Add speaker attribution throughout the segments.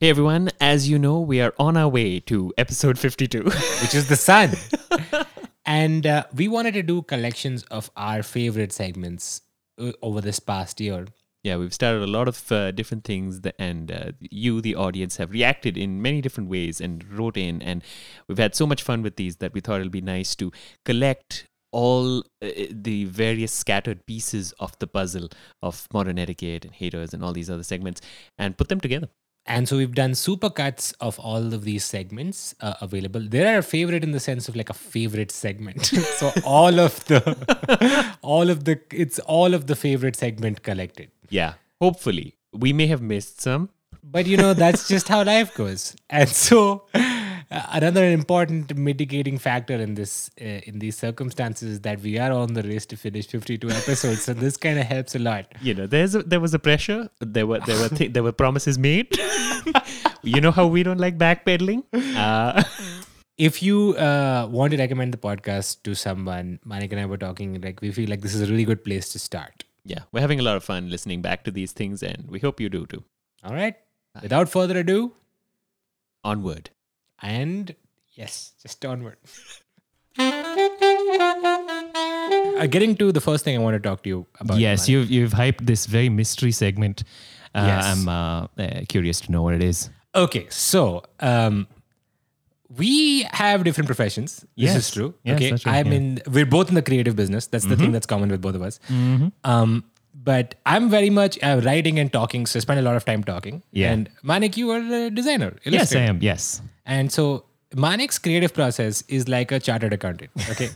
Speaker 1: Hey everyone, as you know, we are on our way to episode 52.
Speaker 2: which is the sun. and uh, we wanted to do collections of our favorite segments uh, over this past year.
Speaker 1: yeah, we've started a lot of uh, different things, th- and uh, you, the audience, have reacted in many different ways and wrote in. And we've had so much fun with these that we thought it'll be nice to collect all uh, the various scattered pieces of the puzzle of modern etiquette and haters and all these other segments and put them together.
Speaker 2: And so we've done supercuts of all of these segments uh, available. They're our favorite in the sense of like a favorite segment. so all of the, all of the, it's all of the favorite segment collected.
Speaker 1: Yeah, hopefully. We may have missed some.
Speaker 2: But you know, that's just how life goes. And so, uh, another important mitigating factor in this, uh, in these circumstances, is that we are on the race to finish 52 episodes. So this kind of helps a lot.
Speaker 1: you know there's a, there was a pressure there were there were th- there were promises made you know how we don't like backpedaling uh,
Speaker 2: If you uh, want to recommend the podcast to someone, Manik and I were talking like we feel like this is a really good place to start.
Speaker 1: yeah we're having a lot of fun listening back to these things and we hope you do too
Speaker 2: All right. Without further ado,
Speaker 1: onward
Speaker 2: and yes, just onward. Uh, getting to the first thing I want to talk to you about.
Speaker 3: yes,
Speaker 2: Manik.
Speaker 3: you've you've hyped this very mystery segment. Uh,
Speaker 2: Yes.
Speaker 3: I'm uh, uh, curious to know what it is.
Speaker 2: Okay, so um, we have different professions. This is
Speaker 3: Yes.
Speaker 2: true.
Speaker 3: Yes,
Speaker 2: okay,
Speaker 3: that's right,
Speaker 2: I'm
Speaker 3: yeah. Mm-hmm.
Speaker 2: in. We're both in the creative business. That's the thing that's common with both of us. Um, but I'm very much uh, writing and talking, so I spend a lot of time talking.
Speaker 3: Yeah.
Speaker 2: And Manik, you are a designer.
Speaker 3: Yes, I
Speaker 2: illustrator.
Speaker 3: am. Yes.
Speaker 2: And so Manik's creative process is like a chartered accountant. Okay.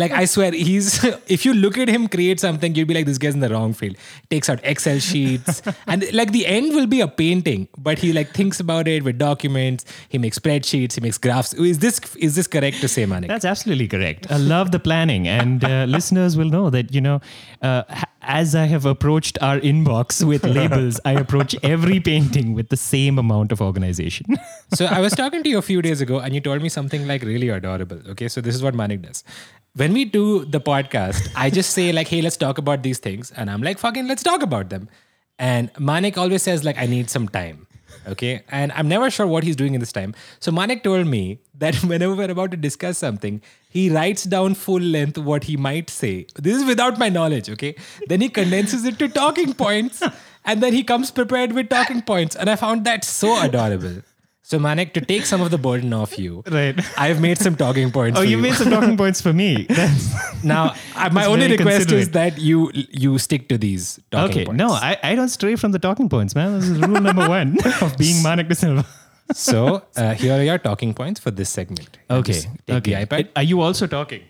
Speaker 2: like I swear, he's if you look at him create something, you'll be like, this guy's in the wrong field. Takes out Excel sheets. and like the end will be a painting, but he like thinks about it with documents, he makes spreadsheets, he makes graphs. Is this is this correct to say, Manik?
Speaker 3: That's absolutely correct. I love the planning, and uh, listeners will know that you know, uh, h- as I have approached our inbox with labels, I approach every painting with the same amount of organization.
Speaker 2: so I was talking to you a few days ago, and you told me something like really adorable. Okay, so this is what Manik does. When we do the podcast, I just say like, "Hey, let's talk about these things," and I'm like, "Fucking, let's talk about them." And Manik always says like, "I need some time." Okay, and I'm never sure what he's doing in this time. So Manik told me that whenever we're about to discuss something, he writes down full length what he might say. This is without my knowledge. Okay, then he condenses it to talking points, and then he comes prepared with talking points. And I found that so adorable. So Manik, to take some of the burden off you,
Speaker 3: Right.
Speaker 2: I've made some talking points.
Speaker 3: oh,
Speaker 2: for
Speaker 3: you
Speaker 2: you
Speaker 3: made some talking points for me. That's-
Speaker 2: now. I, my
Speaker 3: It's
Speaker 2: only
Speaker 3: very
Speaker 2: request is
Speaker 3: considerate.
Speaker 2: that you you stick to these talking
Speaker 3: okay.
Speaker 2: points.
Speaker 3: No, I, I don't stray from the talking points, man. This is rule number one of being Manik De Silva.
Speaker 2: so uh, here are your talking points for this segment. You
Speaker 3: Okay.
Speaker 2: just take
Speaker 3: Okay.
Speaker 2: The iPad.
Speaker 3: Are you also talking?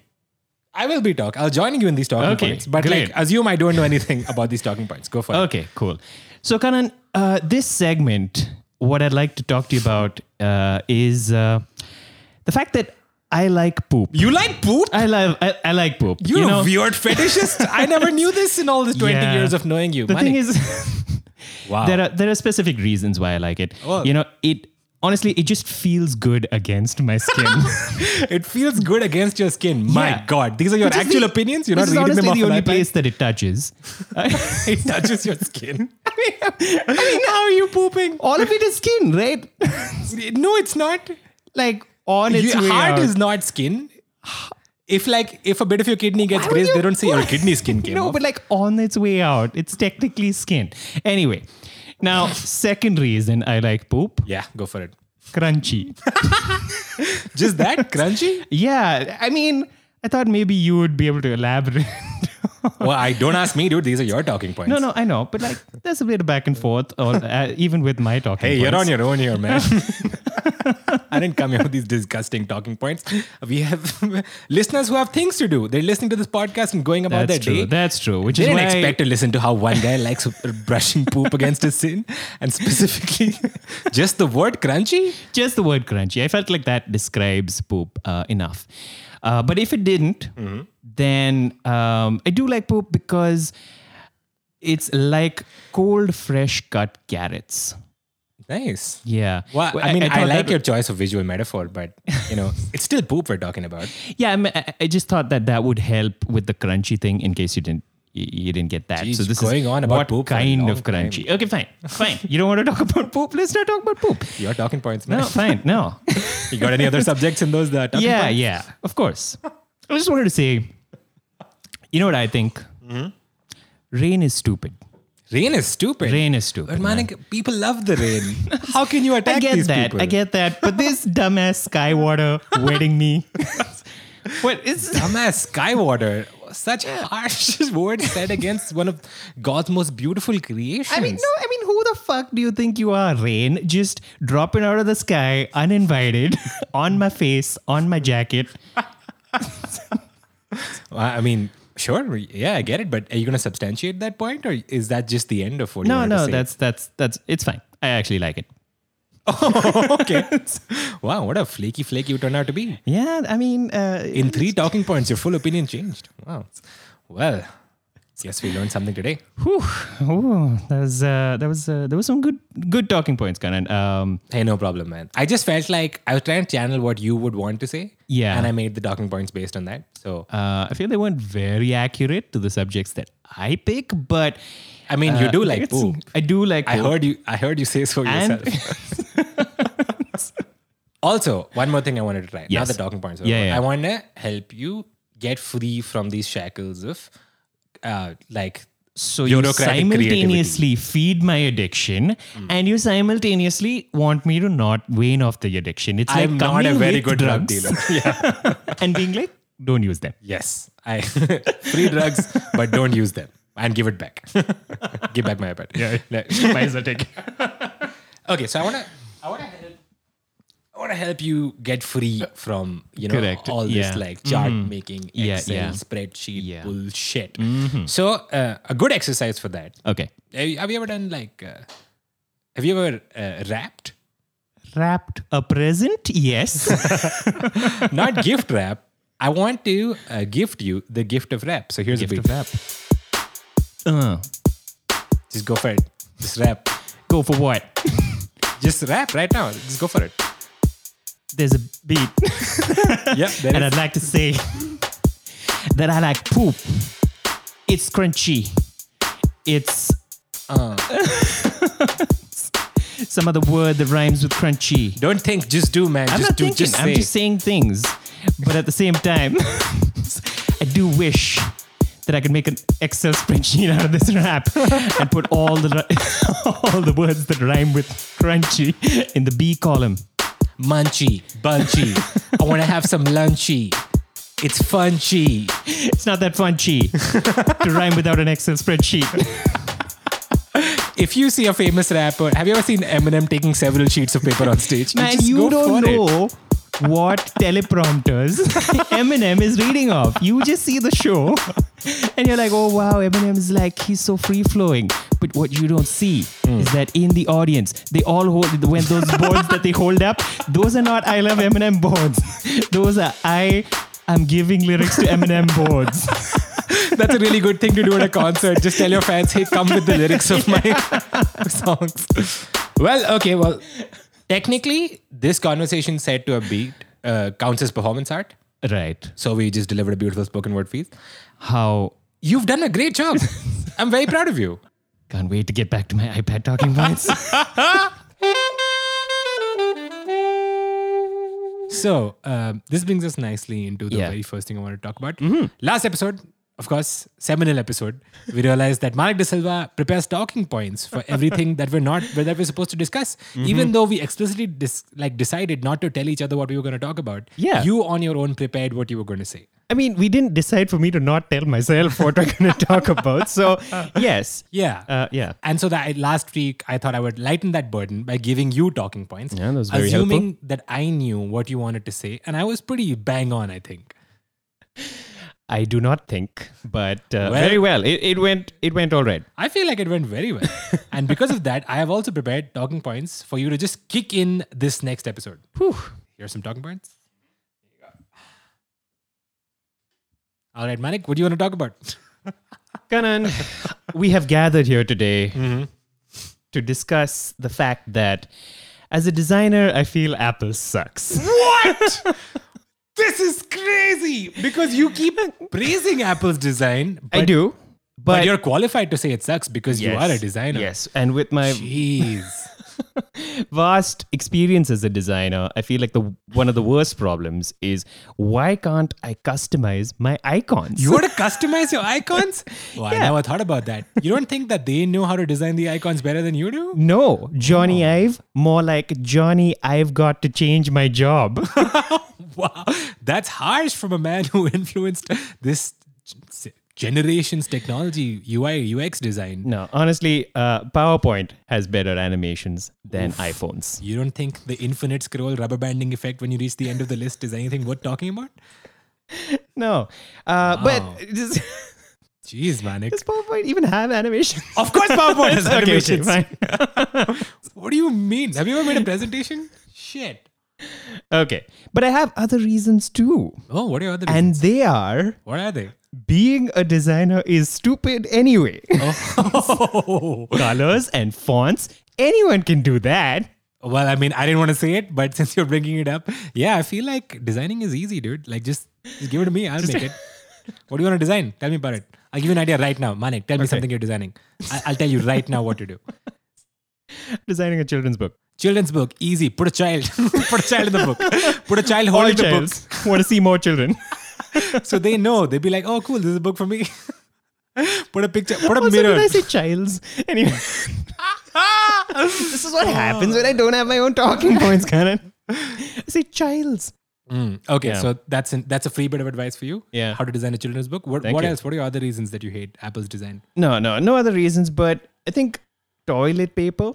Speaker 2: I will be talk. I'll join you in these talking
Speaker 3: Okay,
Speaker 2: points, but
Speaker 3: great. Uh,
Speaker 2: like assume I don't know anything about these talking points. Go for it.
Speaker 3: Okay, cool. So, Kanan, uh, this segment, what I'd like to talk to you about uh, is uh, the fact that I like poop.
Speaker 2: You like poop?
Speaker 3: I love. I, I like poop.
Speaker 2: Uh, You're a weird fetishist. I never knew this in all these twenty
Speaker 3: Yeah.
Speaker 2: years of knowing you.
Speaker 3: The
Speaker 2: Manik.
Speaker 3: thing is, uh,
Speaker 2: wow.
Speaker 3: there are there are specific reasons why I like it.
Speaker 2: Oh.
Speaker 3: You know, it honestly it just feels good against my skin.
Speaker 2: it feels good against your skin. My
Speaker 3: Yeah.
Speaker 2: God, these are your
Speaker 3: Which is
Speaker 2: actual
Speaker 3: the-
Speaker 2: opinions. You're
Speaker 3: This
Speaker 2: not
Speaker 3: is
Speaker 2: reading
Speaker 3: honestly
Speaker 2: them off
Speaker 3: the
Speaker 2: an
Speaker 3: only
Speaker 2: iPad?
Speaker 3: place that it touches.
Speaker 2: it touches your skin. how are you pooping?
Speaker 3: All of it is skin, right?
Speaker 2: No, it's not.
Speaker 3: like on its
Speaker 2: your
Speaker 3: way
Speaker 2: heart
Speaker 3: out.
Speaker 2: is not skin. If like if a bit of your kidney
Speaker 3: Why
Speaker 2: gets
Speaker 3: would
Speaker 2: grazed, they
Speaker 3: you-
Speaker 2: don't say your kidney skin came
Speaker 3: no,
Speaker 2: off.
Speaker 3: but like on its way out, it's technically skin. Anyway, now second reason I like poop,
Speaker 2: yeah, go for it.
Speaker 3: crunchy.
Speaker 2: Just that crunchy.
Speaker 3: yeah, I mean, I thought maybe you would be able to elaborate.
Speaker 2: Well, I don't ask me, dude. These are your talking points.
Speaker 3: no, no, I know, but like there's a bit of back and forth, or uh, even with my talking.
Speaker 2: Hey, you're on
Speaker 3: points.
Speaker 2: your own here, man. I didn't come here with these disgusting talking points. We have listeners who have things to do. They're listening to this podcast and going about
Speaker 3: That's
Speaker 2: their
Speaker 3: true.
Speaker 2: day.
Speaker 3: That's true. Which
Speaker 2: They
Speaker 3: is
Speaker 2: didn't
Speaker 3: why
Speaker 2: expect to listen to how one guy likes brushing poop against his sin, and specifically just the word crunchy.
Speaker 3: just the word crunchy. I felt like that describes poop uh, enough. Uh, but if it didn't,
Speaker 2: Mm-hmm.
Speaker 3: then um, I do like poop because it's like cold, fresh cut carrots.
Speaker 2: Nice.
Speaker 3: Yeah.
Speaker 2: Well,
Speaker 3: Well,
Speaker 2: I mean, I,
Speaker 3: thought
Speaker 2: like
Speaker 3: that-
Speaker 2: your choice of visual metaphor, but you know, it's still poop we're talking about.
Speaker 3: Yeah, I, mean, I I just thought that that would help with the crunchy thing in case you didn't you, you didn't get that.
Speaker 2: Jeez,
Speaker 3: so this
Speaker 2: going
Speaker 3: is
Speaker 2: on about
Speaker 3: what
Speaker 2: poop for a
Speaker 3: kind
Speaker 2: long
Speaker 3: of crunchy. Okay, fine, fine. You don't want to talk about poop. Let's not talk about poop.
Speaker 2: Your talking points, man.
Speaker 3: No, fine. No.
Speaker 2: you got any other subjects in those? uh, That
Speaker 3: yeah, yeah. Of course. I just wanted to say, you know what I think? Rain is stupid.
Speaker 2: rain is stupid.
Speaker 3: Rain is stupid.
Speaker 2: but man, people love the rain. How can you attack
Speaker 3: I get
Speaker 2: these
Speaker 3: that.
Speaker 2: people?
Speaker 3: I get that. But this dumbass Skywater wedding me. what is?
Speaker 2: Dumbass Skywater. Such harsh words said against one of God's most beautiful creations.
Speaker 3: I mean, no. I mean, who the fuck do you think you are, Rain? Just dropping out of the sky, uninvited, on my face, on my jacket.
Speaker 2: I I mean, sure, yeah, I get it, but are you going to substantiate that point, or is that just the end of what? you
Speaker 3: No,
Speaker 2: wanted to
Speaker 3: no.
Speaker 2: say?
Speaker 3: That's that's that's. It's fine. I actually like it.
Speaker 2: wow. What a flaky flake you turned out to be.
Speaker 3: Yeah. I mean, uh,
Speaker 2: In three talking points, your full opinion changed. Wow. Well, yes, we learned something today.
Speaker 3: Whew. Ooh, that was uh, that was uh, there was some good good talking points, Kanan. Um,
Speaker 2: Hey, no problem, man. I just felt like I was trying to channel what you would want to say.
Speaker 3: Yeah.
Speaker 2: And I made the talking points based on that. So,
Speaker 3: uh, I feel they weren't very accurate to the subjects that I pick, but
Speaker 2: I mean, you
Speaker 3: uh,
Speaker 2: do like
Speaker 3: it's-
Speaker 2: poop.
Speaker 3: I do like.
Speaker 2: I
Speaker 3: poop.
Speaker 2: heard you. I heard you say so
Speaker 3: And-
Speaker 2: yourself. also, one more thing I wanted to try. Now
Speaker 3: Yes.
Speaker 2: the talking points. Are
Speaker 3: Yeah,
Speaker 2: over.
Speaker 3: yeah.
Speaker 2: I want to help you get free from these shackles of, uh, like
Speaker 3: so you
Speaker 2: bureaucratic Hmm.
Speaker 3: simultaneously feed my addiction, and you simultaneously want me to not wane off the addiction. It's
Speaker 2: I'm
Speaker 3: like
Speaker 2: not a
Speaker 3: coming
Speaker 2: very
Speaker 3: with
Speaker 2: good drug
Speaker 3: drugs
Speaker 2: dealer.
Speaker 3: and being like, don't use them.
Speaker 2: Yes, I free drugs, but don't use them and give it back. give back my iPad. Yeah.
Speaker 3: Might as well take. it.
Speaker 2: Okay, so I wanna, I wanna help, I wanna help you get free from you know
Speaker 3: Correct,
Speaker 2: all
Speaker 3: yeah. Mm-hmm.
Speaker 2: this like chart making,
Speaker 3: Yeah,
Speaker 2: Excel
Speaker 3: yeah.
Speaker 2: spreadsheet
Speaker 3: Yeah. Mm-hmm.
Speaker 2: bullshit. So uh, a good exercise for that.
Speaker 3: Okay,
Speaker 2: Have you, have you ever done like, uh, have you ever uh, wrapped?
Speaker 3: wrapped a present. Yes.
Speaker 2: Not gift wrap. I want to uh, gift you the gift of rap. So here's a beat.
Speaker 3: Uh,
Speaker 2: Just go for it. Just rap.
Speaker 3: go for what?
Speaker 2: Just rap right now. Just go for it.
Speaker 3: there's a beat,
Speaker 2: Yep. there
Speaker 3: and
Speaker 2: is.
Speaker 3: I'd like to say that I like poop. It's crunchy. It's uh, some other word that rhymes with crunchy.
Speaker 2: Don't think, just do, man.
Speaker 3: I'm
Speaker 2: just
Speaker 3: not
Speaker 2: do,
Speaker 3: thinking.
Speaker 2: just
Speaker 3: I'm
Speaker 2: say.
Speaker 3: just saying things, but at the same time, I do wish that I could make an Excel spreadsheet out of this rap and put all the ri- all the words that rhyme with crunchy in the B column.
Speaker 2: Munchy, bunchy. I want to have some lunchy. It's funchy.
Speaker 3: It's not that funchy to rhyme without an Excel spreadsheet.
Speaker 2: If you see a famous rapper, have you ever seen Eminem taking several sheets of paper on stage?
Speaker 3: Man,
Speaker 2: Just
Speaker 3: you
Speaker 2: go
Speaker 3: don't
Speaker 2: for it.
Speaker 3: know what teleprompters Eminem is reading off. You just see the show and you're like, oh wow, Eminem is like, he's so free flowing. But what you don't see
Speaker 2: Hmm.
Speaker 3: is that in the audience, they all hold, when those boards that they hold up, those are not I love Eminem boards. Those are I. am giving lyrics to Eminem boards.
Speaker 2: That's a really good thing to do at a concert. Just tell your fans, hey, come with the lyrics of my songs. Well, okay, well, technically, this conversation set to a beat uh, counts as performance art.
Speaker 3: Right.
Speaker 2: So we just delivered a beautiful spoken word piece.
Speaker 3: How
Speaker 2: You've done a great job. I'm very proud of you.
Speaker 3: can't wait to get back to my iPad talking points.
Speaker 2: So um, this brings us nicely into the
Speaker 3: Yeah. Mm-hmm.
Speaker 2: very first thing I want to talk about. Last episode, of course, seminal episode. We realized that Malik De Silva prepares talking points for everything that we're not that we're supposed to discuss,
Speaker 3: Mm-hmm.
Speaker 2: even though we explicitly dis- like decided not to tell each other what we were going to talk about.
Speaker 3: Yeah.
Speaker 2: you on your own prepared what you were going to say.
Speaker 3: I mean, we didn't decide for me to not tell myself what we're going to talk about. So, yes.
Speaker 2: Yeah.
Speaker 3: Uh, yeah.
Speaker 2: and so that last week, I thought I would lighten that burden by giving you talking points.
Speaker 3: Yeah, that was very
Speaker 2: assuming that I knew what you wanted to say, and I was pretty bang on, I think.
Speaker 3: I do not think, but uh,
Speaker 2: Well-
Speaker 3: very well. It, it went. It went all right.
Speaker 2: I feel like it went very well. and because of that, I have also prepared talking points for you to just kick in this next episode.
Speaker 3: Whew.
Speaker 2: Here's some talking points. All right, Manik, what do you want to talk about?
Speaker 3: Kanan, we have gathered here today
Speaker 2: Mm-hmm.
Speaker 3: to discuss the fact that, as a designer, I feel Apple sucks.
Speaker 2: What? this is crazy because you keep praising Apple's design.
Speaker 3: I do.
Speaker 2: But, you're qualified to say it sucks because you are a designer.
Speaker 3: Yes, and with my
Speaker 2: Jeez.
Speaker 3: vast experience as a designer, I feel like the one of the worst problems is why can't I customize my icons?
Speaker 2: You want to customize your icons? Well, I
Speaker 3: Yeah.
Speaker 2: never thought about that. You don't think that they know how to design the icons better than you do?
Speaker 3: no, Johnny
Speaker 2: Oh.
Speaker 3: Ive, more like Johnny, I've got to change my job.
Speaker 2: Wow. That's harsh from a man who influenced this g- generation's technology, UI, UX design.
Speaker 3: no, honestly, uh, PowerPoint has better animations than iPhones.
Speaker 2: You don't think the infinite scroll rubber banding effect when you reach the end of the list is anything worth talking about?
Speaker 3: No, uh, but does,
Speaker 2: Jeez, Manik.
Speaker 3: does PowerPoint even have animation?
Speaker 2: Of course, PowerPoint has
Speaker 3: Okay, okay,
Speaker 2: animations.
Speaker 3: fine.
Speaker 2: What do you mean? Have you ever made a presentation? Shit.
Speaker 3: okay, but I have other reasons too,
Speaker 2: Oh, what are your other?
Speaker 3: and they are.
Speaker 2: what are they?
Speaker 3: being a designer is stupid anyway.
Speaker 2: Oh.
Speaker 3: Colors and fonts, anyone can do that.
Speaker 2: well, I mean, I didn't want to say it, but since you're bringing it up, yeah, I feel like designing is easy, dude. Like, just, just give it to me. I'll make it. What do you want to design? Tell me about it. I'll give you an idea right now, Manik. Tell me something you're designing. I- I'll tell you right now what to do.
Speaker 3: Designing a children's book.
Speaker 2: Children's book, easy. Put a child. Put a child in the book. Put a child
Speaker 3: All
Speaker 2: holding the book.
Speaker 3: childs want to see more children.
Speaker 2: So they know. They'd be like, oh, cool. This is a book for me. put a picture. Put a
Speaker 3: Also,
Speaker 2: mirror.
Speaker 3: did I say childs? Anyway. this is what happens when I don't have my own talking points, Karan. I say childs.
Speaker 2: Mm, Okay,
Speaker 3: Yeah.
Speaker 2: so that's an, that's a free bit of advice for you.
Speaker 3: Yeah.
Speaker 2: How to design a children's book. What,
Speaker 3: Thank
Speaker 2: what
Speaker 3: you.
Speaker 2: else? What are your other reasons that you hate Apple's design?
Speaker 3: No, no, no other reasons, but I think toilet paper.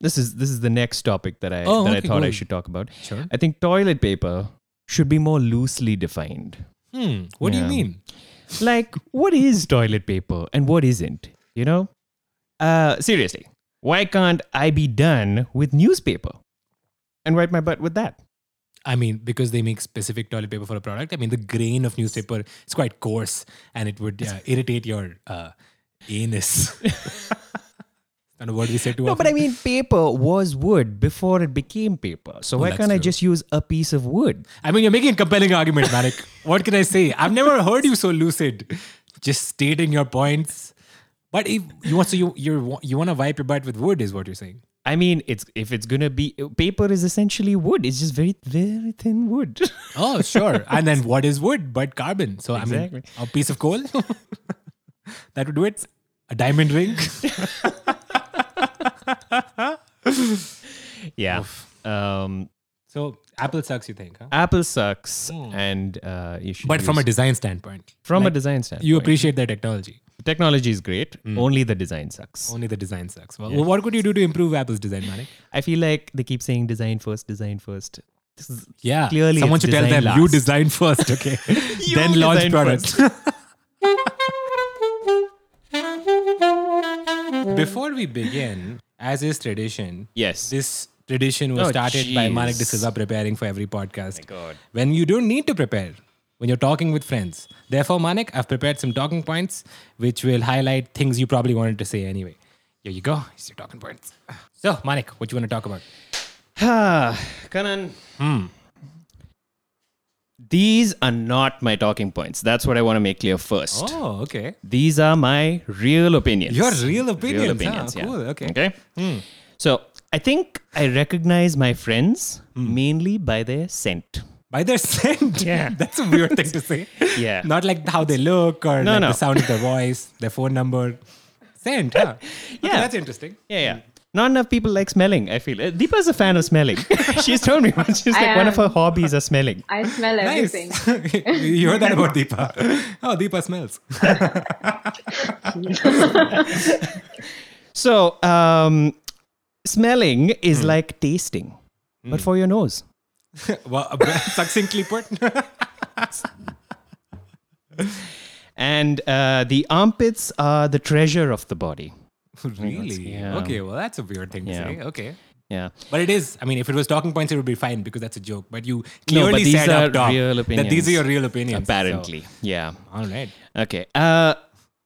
Speaker 3: This is this is the next topic that I
Speaker 2: Oh,
Speaker 3: that
Speaker 2: okay,
Speaker 3: I thought
Speaker 2: go
Speaker 3: I
Speaker 2: ahead.
Speaker 3: should talk about.
Speaker 2: Sure.
Speaker 3: I think toilet paper should be more loosely defined.
Speaker 2: Hmm. What do you
Speaker 3: Yeah.
Speaker 2: mean?
Speaker 3: like what is toilet paper and what isn't you know uh seriously why can't i be done with newspaper and wipe my butt with that
Speaker 2: I mean, because they make specific toilet paper for a product. I mean, the grain of newspaper is quite coarse, and it would uh, irritate your uh, anus. Not a word we say too
Speaker 3: no
Speaker 2: often.
Speaker 3: but i mean paper was wood before it became paper so why
Speaker 2: Oh, that's
Speaker 3: can't i
Speaker 2: true.
Speaker 3: just use a piece of wood
Speaker 2: I mean, you're making a compelling argument, Manik. what can I say? I've never heard you so lucid, just stating your points. But if you want, so you you're, you want to wipe your butt with wood, is what you're saying.
Speaker 3: i mean it's if it's gonna be paper is essentially wood it's just very very thin wood
Speaker 2: Oh, sure. and then what is wood but carbon? So
Speaker 3: Exactly.
Speaker 2: I mean, a piece of coal. that would do it. A diamond ring.
Speaker 3: yeah um
Speaker 2: so Apple sucks, you think? Huh?
Speaker 3: apple sucks and uh you should
Speaker 2: Hmm. But from a
Speaker 3: use-
Speaker 2: design standpoint,
Speaker 3: from
Speaker 2: like,
Speaker 3: a design standpoint
Speaker 2: you Hmm. appreciate their technology.
Speaker 3: technology is great only the design sucks
Speaker 2: Only the design sucks. Well, what could you do to improve Apple's design, Manik?
Speaker 3: I feel like they keep saying design first, design first. This is
Speaker 2: Yeah,
Speaker 3: Clearly
Speaker 2: someone
Speaker 3: it's
Speaker 2: should tell them
Speaker 3: design
Speaker 2: you
Speaker 3: last."
Speaker 2: design first, okay? then launch
Speaker 3: design
Speaker 2: products. Before we begin, as is tradition,
Speaker 3: Yes.
Speaker 2: this tradition was
Speaker 3: Oh,
Speaker 2: started by Manik de
Speaker 3: jeez.
Speaker 2: Silva preparing for every podcast. My
Speaker 3: God.
Speaker 2: When you don't need to prepare, when you're talking with friends. Therefore, Manik, I've prepared some talking points which will highlight things you probably wanted to say anyway. Here you go. Here's your talking points. So, Manik, what you want to talk about?
Speaker 3: Kanan.
Speaker 2: Hmm.
Speaker 3: These are not my talking points. That's what I want to make clear first.
Speaker 2: Oh, okay.
Speaker 3: These are my real opinions.
Speaker 2: Your real opinions, huh?
Speaker 3: yeah.
Speaker 2: Cool, okay. Hmm.
Speaker 3: Okay. So I think I recognize my friends
Speaker 2: Hmm.
Speaker 3: mainly by their scent.
Speaker 2: By their scent.
Speaker 3: Yeah.
Speaker 2: That's a weird thing to say.
Speaker 3: Yeah.
Speaker 2: Not like how they look or
Speaker 3: No,
Speaker 2: like the
Speaker 3: no.
Speaker 2: sound of their voice, their phone number. Scent, huh? Okay,
Speaker 3: Yeah.
Speaker 2: that's interesting.
Speaker 3: Yeah, yeah. Mm. Not enough people like smelling, I feel. Uh, Deepa's a fan of smelling. She's told me once. She's
Speaker 4: I
Speaker 3: like, one of
Speaker 4: am.
Speaker 3: her hobbies are smelling.
Speaker 4: I smell
Speaker 2: Nice.
Speaker 4: everything.
Speaker 2: you heard that about Deepa. Oh, Deepa smells.
Speaker 3: So, um, smelling is like tasting, but for your nose.
Speaker 2: well, succinctly put.
Speaker 3: And uh, the armpits are the treasure of the body.
Speaker 2: really?
Speaker 3: Yeah.
Speaker 2: Okay, well, that's a weird thing to
Speaker 3: um, Yeah.
Speaker 2: say. Okay.
Speaker 3: Yeah.
Speaker 2: But it is. I mean, if it was talking points, it would be fine because that's a joke. But you
Speaker 3: No,
Speaker 2: clearly
Speaker 3: but these
Speaker 2: said
Speaker 3: are
Speaker 2: up top
Speaker 3: real
Speaker 2: that these
Speaker 3: opinions.
Speaker 2: are your real opinions. so-
Speaker 3: Apparently. Yeah.
Speaker 2: all right.
Speaker 3: Okay. Uh,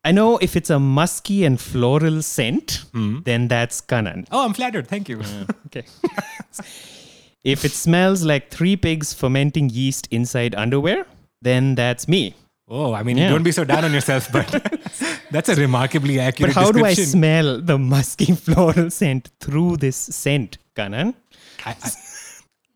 Speaker 3: I know if it's a musky and floral scent, then that's Kanan.
Speaker 2: Oh, I'm flattered. Thank you.
Speaker 3: Mm. Okay. if it smells like three pigs fermenting yeast inside underwear, then that's me.
Speaker 2: Oh, I mean,
Speaker 3: Yeah.
Speaker 2: don't be so down on yourself, but that's a remarkably
Speaker 3: But
Speaker 2: accurate
Speaker 3: how do I
Speaker 2: description.
Speaker 3: smell the musky floral scent through this scent, Kanan?
Speaker 2: I, I,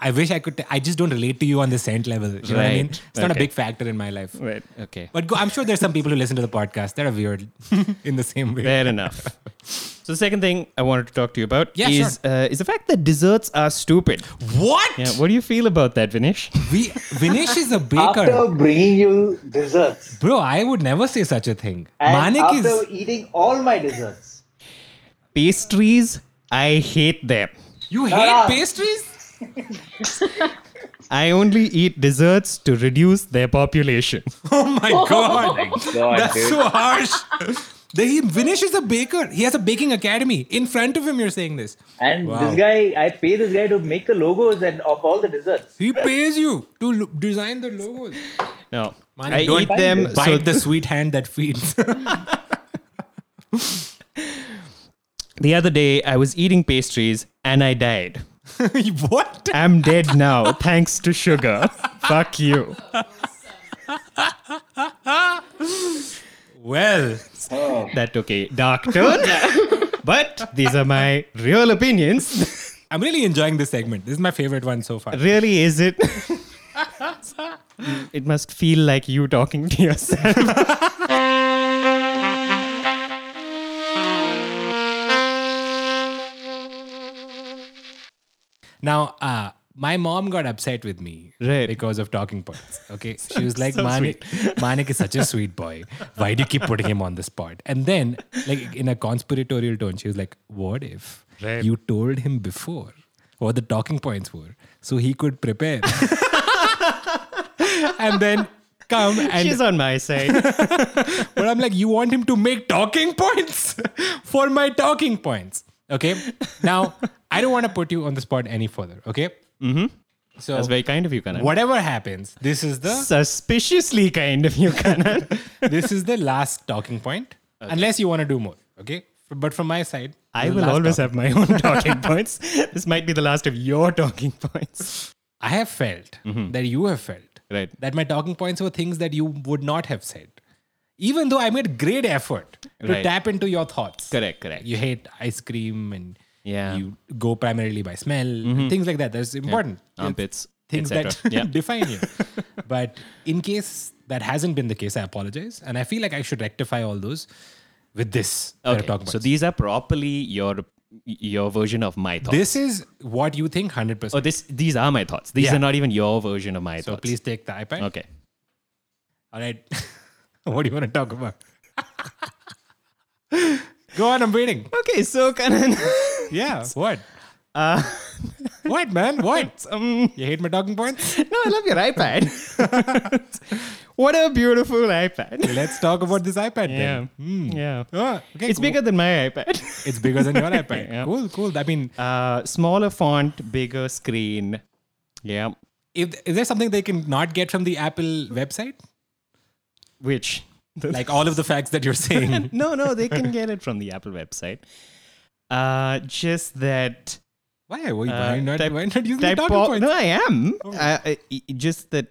Speaker 2: I wish I could. t- I just don't relate to you on the scent level. You know what I mean?
Speaker 3: Right.
Speaker 2: It's not a
Speaker 3: Okay.
Speaker 2: big factor in my life.
Speaker 3: Right. Okay.
Speaker 2: But go, I'm sure there's some people who listen to the podcast that are weird in the same way.
Speaker 3: Fair enough. So the second thing I wanted to talk to you about
Speaker 2: Yeah,
Speaker 3: is uh, is the fact that desserts are stupid.
Speaker 2: What?
Speaker 3: Yeah, what do you feel about that, Vinish?
Speaker 2: We Vinesh is a baker,
Speaker 4: After bringing you desserts
Speaker 2: bro. I would never say such a thing.
Speaker 4: and
Speaker 2: Manik
Speaker 4: after
Speaker 2: is.
Speaker 4: eating all my desserts,
Speaker 3: Pastries, I hate them.
Speaker 2: You hate
Speaker 4: Ah.
Speaker 2: pastries?
Speaker 3: I only eat desserts to reduce their population.
Speaker 2: Oh my god,
Speaker 4: God,
Speaker 2: that's
Speaker 4: dude.
Speaker 2: so harsh. The, he, Vinesh is a baker. He has a baking academy in front of him. You're saying this.
Speaker 4: and
Speaker 2: Wow.
Speaker 4: this guy, I pay this guy to make the logos and of all the desserts.
Speaker 2: He pays you to lo- design the logos.
Speaker 3: No,
Speaker 2: Man,
Speaker 3: I
Speaker 2: don't
Speaker 3: eat them.
Speaker 2: Bite
Speaker 3: So
Speaker 2: the sweet hand that feeds.
Speaker 3: the other day, I was eating pastries and I died.
Speaker 2: what?
Speaker 3: I'm dead now, thanks to sugar. Fuck you.
Speaker 2: Well,
Speaker 3: That took a dark turn. but these are my real opinions.
Speaker 2: I'm really enjoying this segment. This is my favorite one so far.
Speaker 3: really, is it? it must feel like you talking to yourself.
Speaker 2: Now, uh, my mom got upset with me
Speaker 3: Right.
Speaker 2: because of talking points. Okay. She was like, Manik, Manik is such a sweet boy. Why do you keep putting him on the spot? And then, like, in a conspiratorial tone, she was like, What if
Speaker 3: Right.
Speaker 2: you told him before what the talking points were so he could prepare? and then come and
Speaker 3: She's on my side.
Speaker 2: But I'm like, you want him to make talking points for my talking points. Okay. Now, I don't want to put you on the spot any further. Okay. Mm-hmm. So,
Speaker 3: That's very kind of you, Kanan.
Speaker 2: whatever happens, this is the
Speaker 3: Suspiciously kind of you, Kanan.
Speaker 2: this is the last talking point, unless you want to do more. Okay. But from my side,
Speaker 3: I
Speaker 2: the
Speaker 3: will
Speaker 2: last
Speaker 3: always
Speaker 2: talking-
Speaker 3: have my own talking points. This might be the last of your talking points.
Speaker 2: I have felt that you have felt
Speaker 3: Mm-hmm. Right.
Speaker 2: that my talking points were things that you would not have said, even though I made great effort to
Speaker 3: Right.
Speaker 2: tap into your thoughts.
Speaker 3: Correct, correct.
Speaker 2: you hate ice cream and
Speaker 3: Yeah. Mm-hmm.
Speaker 2: you go primarily by smell and things like that that's important
Speaker 3: Armpits,
Speaker 2: things
Speaker 3: etc.
Speaker 2: that
Speaker 3: yeah.
Speaker 2: define you but in case that hasn't been the case i apologize and i feel like i should rectify all those with this that I'm
Speaker 3: Okay,
Speaker 2: talking
Speaker 3: so
Speaker 2: about.
Speaker 3: these are properly your your version of my thoughts.
Speaker 2: this is what you think 100%
Speaker 3: oh, this these are my thoughts. These
Speaker 2: Yeah.
Speaker 3: are not even your version of my
Speaker 2: so
Speaker 3: thoughts.
Speaker 2: please take the ipad
Speaker 3: okay.
Speaker 2: all right what do you want to talk about go on i'm waiting
Speaker 3: Okay, so Kanan,
Speaker 2: yeah what
Speaker 3: uh,
Speaker 2: what man what
Speaker 3: um,
Speaker 2: you hate my talking points
Speaker 3: no, I love your iPad. what a beautiful iPad.
Speaker 2: let's talk about this ipad
Speaker 3: Yeah,
Speaker 2: then Hmm.
Speaker 3: yeah.
Speaker 2: Oh, okay,
Speaker 3: It's
Speaker 2: cool.
Speaker 3: bigger than my iPad.
Speaker 2: It's bigger than your iPad.
Speaker 3: Yeah.
Speaker 2: Cool, cool. I mean,
Speaker 3: Uh, smaller font, bigger screen. Yeah,
Speaker 2: if is there something they can not get from the Apple website?
Speaker 3: which
Speaker 2: Like all of the facts that you're saying.
Speaker 3: no, no, they can get it from the Apple website. Uh, just that.
Speaker 2: Why? Why,
Speaker 3: Uh,
Speaker 2: why not?
Speaker 3: type-
Speaker 2: why not using the
Speaker 3: Type
Speaker 2: talking
Speaker 3: of-
Speaker 2: points?
Speaker 3: No, I am. Uh, I- I- i- i- just that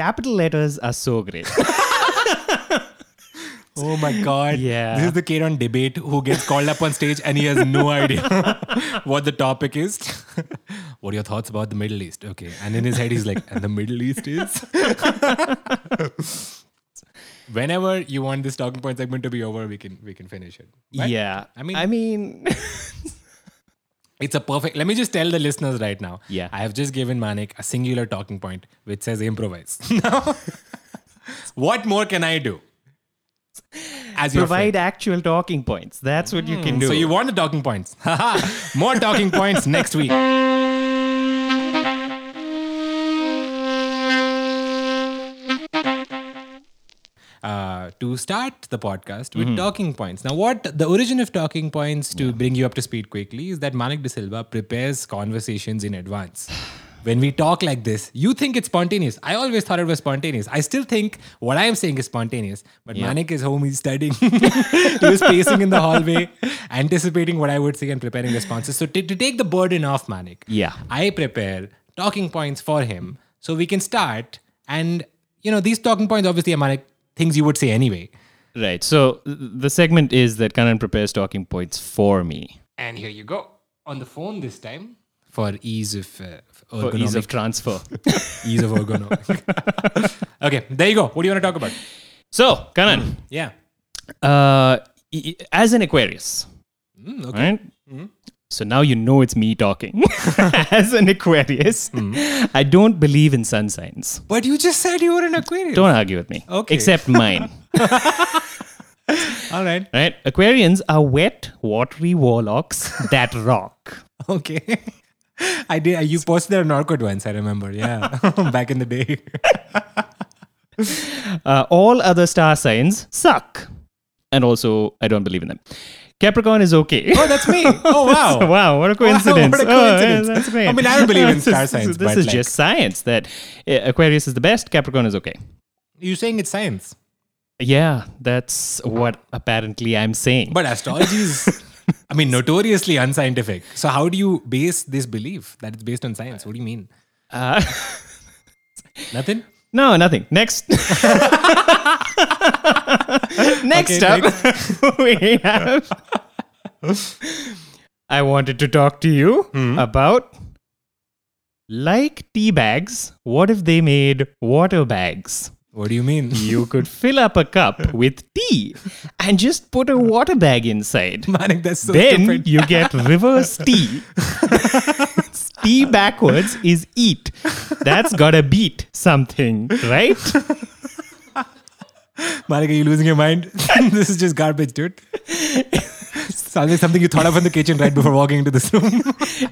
Speaker 3: capital letters are so great.
Speaker 2: Oh my god!
Speaker 3: Yeah.
Speaker 2: this is the kid on debate who gets called up on stage and he has no idea what the topic is. what are your thoughts about the Middle East? Okay, and in his head he's like, "And the Middle East is." Whenever you want this talking point segment to be over, we can we can finish it. Right?
Speaker 3: yeah.
Speaker 2: I mean-
Speaker 3: I mean,
Speaker 2: It's a perfect. Let me just tell the listeners right now.
Speaker 3: Yeah.
Speaker 2: I have just given Manik a singular talking point which says improvise. now, what more can I do? As your
Speaker 3: provide
Speaker 2: friend?
Speaker 3: actual talking points. That's what you can do.
Speaker 2: Hmm. So you want the talking points? Haha. more talking points next week. Uh, to start the podcast with talking points. Now, what the origin of talking points to bring you up to speed quickly is that Manik De Silva prepares conversations in advance. When we talk like this, you think it's spontaneous. I always thought it was spontaneous. I still think what I am saying is spontaneous, but Manik is home, he's studying. he was pacing in the hallway, anticipating what I would say and preparing responses. So, t- to take the burden off Manik,
Speaker 3: Yeah.
Speaker 2: I prepare talking points for him so we can start and you know, these talking points obviously are manic things you would say anyway.
Speaker 3: Right. So th- the segment is that Kanan prepares talking points for me
Speaker 2: And here you go on the phone this time for ease of uh,
Speaker 3: for ease of
Speaker 2: ergonomic,
Speaker 3: transfer.
Speaker 2: ease of ergonomic. okay, there you go. What do you want to talk about?
Speaker 3: so Kanan,
Speaker 2: Yeah.
Speaker 3: uh, y- y- as an Aquarius,
Speaker 2: Mm, okay.
Speaker 3: right? So now you know it's me talking. as an Aquarius,
Speaker 2: Hmm.
Speaker 3: I don't believe in sun signs.
Speaker 2: But you just said you were an Aquarius.
Speaker 3: Don't argue with me.
Speaker 2: Okay.
Speaker 3: Except mine.
Speaker 2: All right.
Speaker 3: Right? Aquarians are wet, watery warlocks that rock.
Speaker 2: Okay. I did. You posted a Norcod once, I remember. Yeah. Back in the day.
Speaker 3: Uh, all other star signs suck. And also, I don't believe in them. Capricorn is okay.
Speaker 2: Oh, that's me. Oh, wow.
Speaker 3: So, wow, what a coincidence.
Speaker 2: what a
Speaker 3: Oh, yeah,
Speaker 2: coincidence.
Speaker 3: that's great.
Speaker 2: I mean, I don't believe in
Speaker 3: This is-
Speaker 2: star signs,
Speaker 3: This
Speaker 2: but,
Speaker 3: is
Speaker 2: like-
Speaker 3: just science that uh, Aquarius is the best, Capricorn is okay.
Speaker 2: You're saying it's science.
Speaker 3: Yeah, that's what apparently I'm saying.
Speaker 2: But astrology is, I mean, notoriously unscientific. So, how do you base this belief that it's based on science? What do you mean?
Speaker 3: Uh,
Speaker 2: Nothing?
Speaker 3: no, nothing. Next. next
Speaker 2: Okay,
Speaker 3: up, we have. I wanted to talk to you about like tea bags. What if they made water bags?
Speaker 2: What do you mean?
Speaker 3: You could fill up a cup with tea and just put a water bag inside.
Speaker 2: Manik, that's so
Speaker 3: then
Speaker 2: stupid.
Speaker 3: you get reverse tea. tea backwards is eat. That's gotta beat something, right?
Speaker 2: Manik, are you losing your mind? this is just garbage, dude. Sounds like something you thought of in the kitchen right before walking into this room.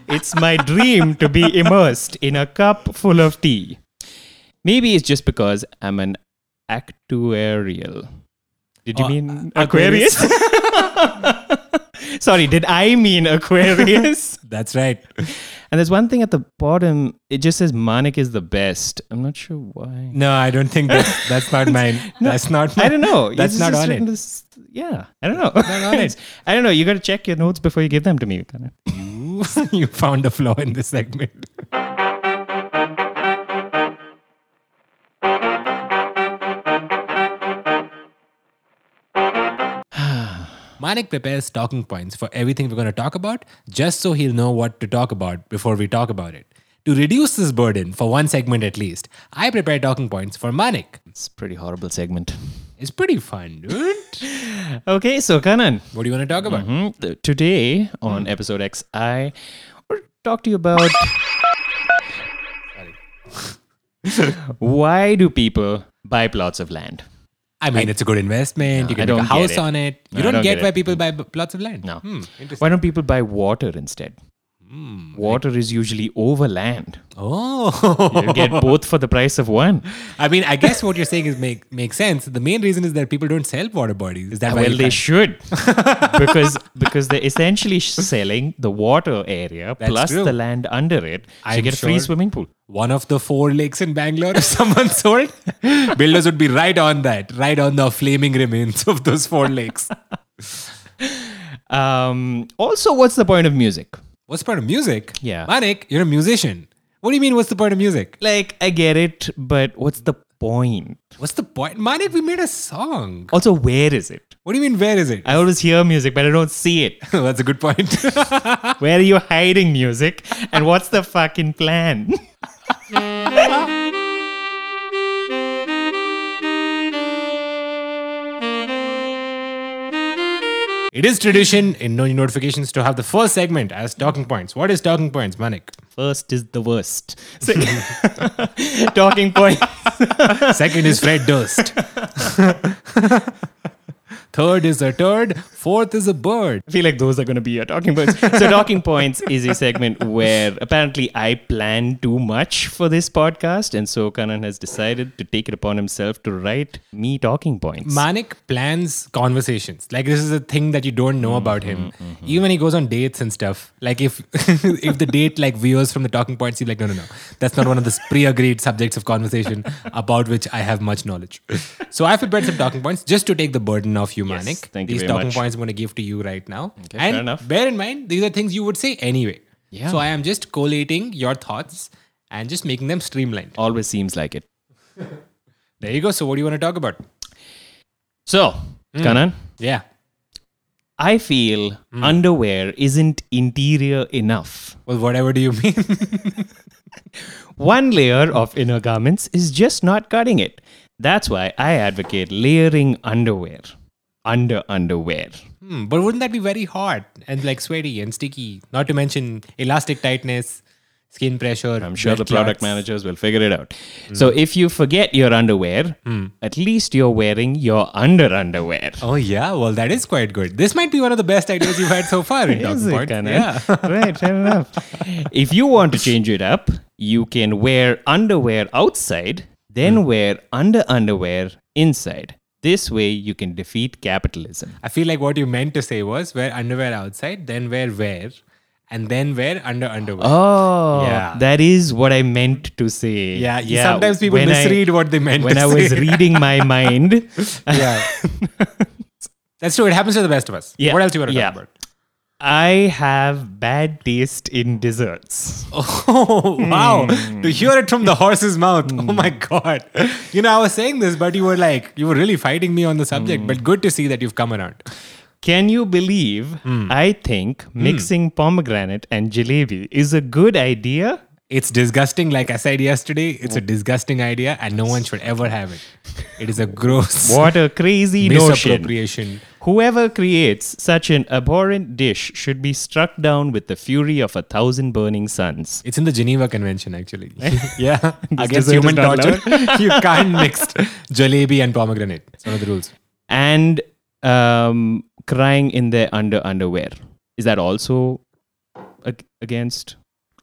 Speaker 3: It's my dream to be immersed in a cup full of tea. Maybe it's just because I'm an actuarial. Did you
Speaker 2: Oh,
Speaker 3: mean
Speaker 2: uh,
Speaker 3: Aquarius? Sorry, did I mean Aquarius?
Speaker 2: That's right.
Speaker 3: and there's one thing at the bottom. It just says Manik is the best. I'm not sure why.
Speaker 2: No, I don't think that's, that's not mine. that's not mine.
Speaker 3: I don't know.
Speaker 2: That's
Speaker 3: It's
Speaker 2: not
Speaker 3: just
Speaker 2: on
Speaker 3: written
Speaker 2: it.
Speaker 3: this- yeah, I don't know. I don't know. You got to check your notes before you give them to me. Karan.
Speaker 2: you found a flaw in this segment. Manik prepares talking points for everything we're going to talk about, just so he'll know what to talk about before we talk about it. To reduce this burden, for one segment at least, I prepare talking points for Manik.
Speaker 3: It's a pretty horrible segment.
Speaker 2: It's pretty fun, dude.
Speaker 3: Okay, so Kanan,
Speaker 2: what do you want to talk about?
Speaker 3: hmm, th- today
Speaker 2: Hmm.
Speaker 3: on episode X, I want to talk to you about why do people buy plots of land?
Speaker 2: I mean, it's a good investment. you
Speaker 3: I
Speaker 2: can make a
Speaker 3: don't get
Speaker 2: house
Speaker 3: it.
Speaker 2: on it.
Speaker 3: No,
Speaker 2: You
Speaker 3: I
Speaker 2: don't,
Speaker 3: don't
Speaker 2: get,
Speaker 3: get
Speaker 2: why
Speaker 3: it.
Speaker 2: people buy b- plots of land.
Speaker 3: No.
Speaker 2: Hmm, interesting.
Speaker 3: Why don't people buy water instead?
Speaker 2: Hmm.
Speaker 3: Water is usually over land.
Speaker 2: Oh,
Speaker 3: You get both for the price of one.
Speaker 2: I mean, I guess what you're saying is make makes sense. The main reason is that people don't sell water bodies. Is that why
Speaker 3: Ah, well
Speaker 2: you
Speaker 3: they
Speaker 2: can't-
Speaker 3: should because because they're essentially sh- selling the water area
Speaker 2: That's
Speaker 3: plus
Speaker 2: true.
Speaker 3: the land under it so you
Speaker 2: I'm
Speaker 3: get a free
Speaker 2: sure-
Speaker 3: swimming pool
Speaker 2: one of the four lakes in Bangalore? If someone sold, builders would be right on that, right on the flaming remains of those four lakes.
Speaker 3: um also what's the point of music
Speaker 2: What's the point of music?
Speaker 3: Yeah.
Speaker 2: Manik, you're a musician. What do you mean? What's the point of music?
Speaker 3: like i get it but what's the point
Speaker 2: What's the point, Manik? We made a song.
Speaker 3: also where is it
Speaker 2: What do you mean? Where is it?
Speaker 3: i always hear music but i don't see it
Speaker 2: That's a good point.
Speaker 3: where are you hiding music and what's the fucking plan
Speaker 2: it is tradition in No New Notifications to have the first segment as talking points. What is talking points, Manik?
Speaker 3: first is the worst so, talking point
Speaker 2: Second is Fred Durst. Third is a turd. Fourth is a bird.
Speaker 3: I feel like those are going to be your talking points. so, talking points is a segment where apparently I plan too much for this podcast, and so Kanan has decided to take it upon himself to write me talking points.
Speaker 2: Manik plans conversations. Like this is a thing that you don't know about him. Even when he goes on dates and stuff. Like if if the date like veers from the talking points, he's like, no, no, no. That's not one of the pre-agreed subjects of conversation about which I have much knowledge. So I've prepared some talking points just to take the burden off you, Manik.
Speaker 3: thank you
Speaker 2: these
Speaker 3: very
Speaker 2: talking
Speaker 3: much.
Speaker 2: points I'm going to give to you right now.
Speaker 3: Okay,
Speaker 2: and
Speaker 3: fair enough.
Speaker 2: bear in mind, these are things you would say anyway.
Speaker 3: Yeah.
Speaker 2: So I am just collating your thoughts and just making them streamlined.
Speaker 3: Always seems like it.
Speaker 2: There you go. So, what do you want to talk about?
Speaker 1: So
Speaker 3: Kanan,
Speaker 2: Yeah.
Speaker 3: I feel underwear isn't interior enough.
Speaker 2: Well, whatever do you mean?
Speaker 3: One layer of inner garments is just not cutting it. That's why I advocate layering underwear. Under underwear.
Speaker 2: Hmm, but wouldn't that be very hot and like sweaty and sticky? Not to mention elastic tightness, skin pressure.
Speaker 3: I'm sure the product managers will figure it out. So if you forget your underwear, at least you're wearing your under underwear.
Speaker 2: Oh yeah, well that is quite good. This might be one of the best ideas you've had so far in
Speaker 3: Is
Speaker 2: Talking
Speaker 3: it,
Speaker 2: Points.
Speaker 3: Kanan?
Speaker 2: Yeah.
Speaker 3: right, fair enough. If you want to change it up, you can wear underwear outside, then
Speaker 2: Hmm.
Speaker 3: wear under underwear inside. This way, you can defeat capitalism.
Speaker 2: I feel like what you meant to say was wear underwear outside, then wear wear, and then wear under underwear.
Speaker 3: Oh,
Speaker 2: Yeah.
Speaker 3: that is what I meant to say.
Speaker 2: yeah, yeah. Sometimes people
Speaker 3: when I-
Speaker 2: misread what they meant.
Speaker 3: when
Speaker 2: to
Speaker 3: I was
Speaker 2: say.
Speaker 3: reading my mind,
Speaker 2: yeah. That's true. It happens to the best of us.
Speaker 3: Yeah,
Speaker 2: What else you want to
Speaker 3: yeah.
Speaker 2: talk about?
Speaker 3: I have bad taste in desserts.
Speaker 2: Oh wow!
Speaker 3: Hmm.
Speaker 2: To hear it from the horse's mouth. Oh my god! You know, I was saying this, but you were like, you were really fighting me on the
Speaker 3: Hmm.
Speaker 2: subject. But good to see that you've come around.
Speaker 3: Can you believe I think mixing pomegranate and jalebi is a good idea?
Speaker 2: It's disgusting, like I said yesterday. It's a disgusting idea, and no one should ever have it. It is a gross
Speaker 3: What a crazy notion.
Speaker 2: misappropriation.
Speaker 3: Whoever creates such an abhorrent dish should be struck down with the fury of a thousand burning suns.
Speaker 2: It's in the Geneva Convention, actually. yeah, against
Speaker 3: dessert is
Speaker 2: human
Speaker 3: not
Speaker 2: torture, you can't mix jalebi and pomegranate. It's one of the rules.
Speaker 3: And um, crying in their under underwear. Is that also ag- against?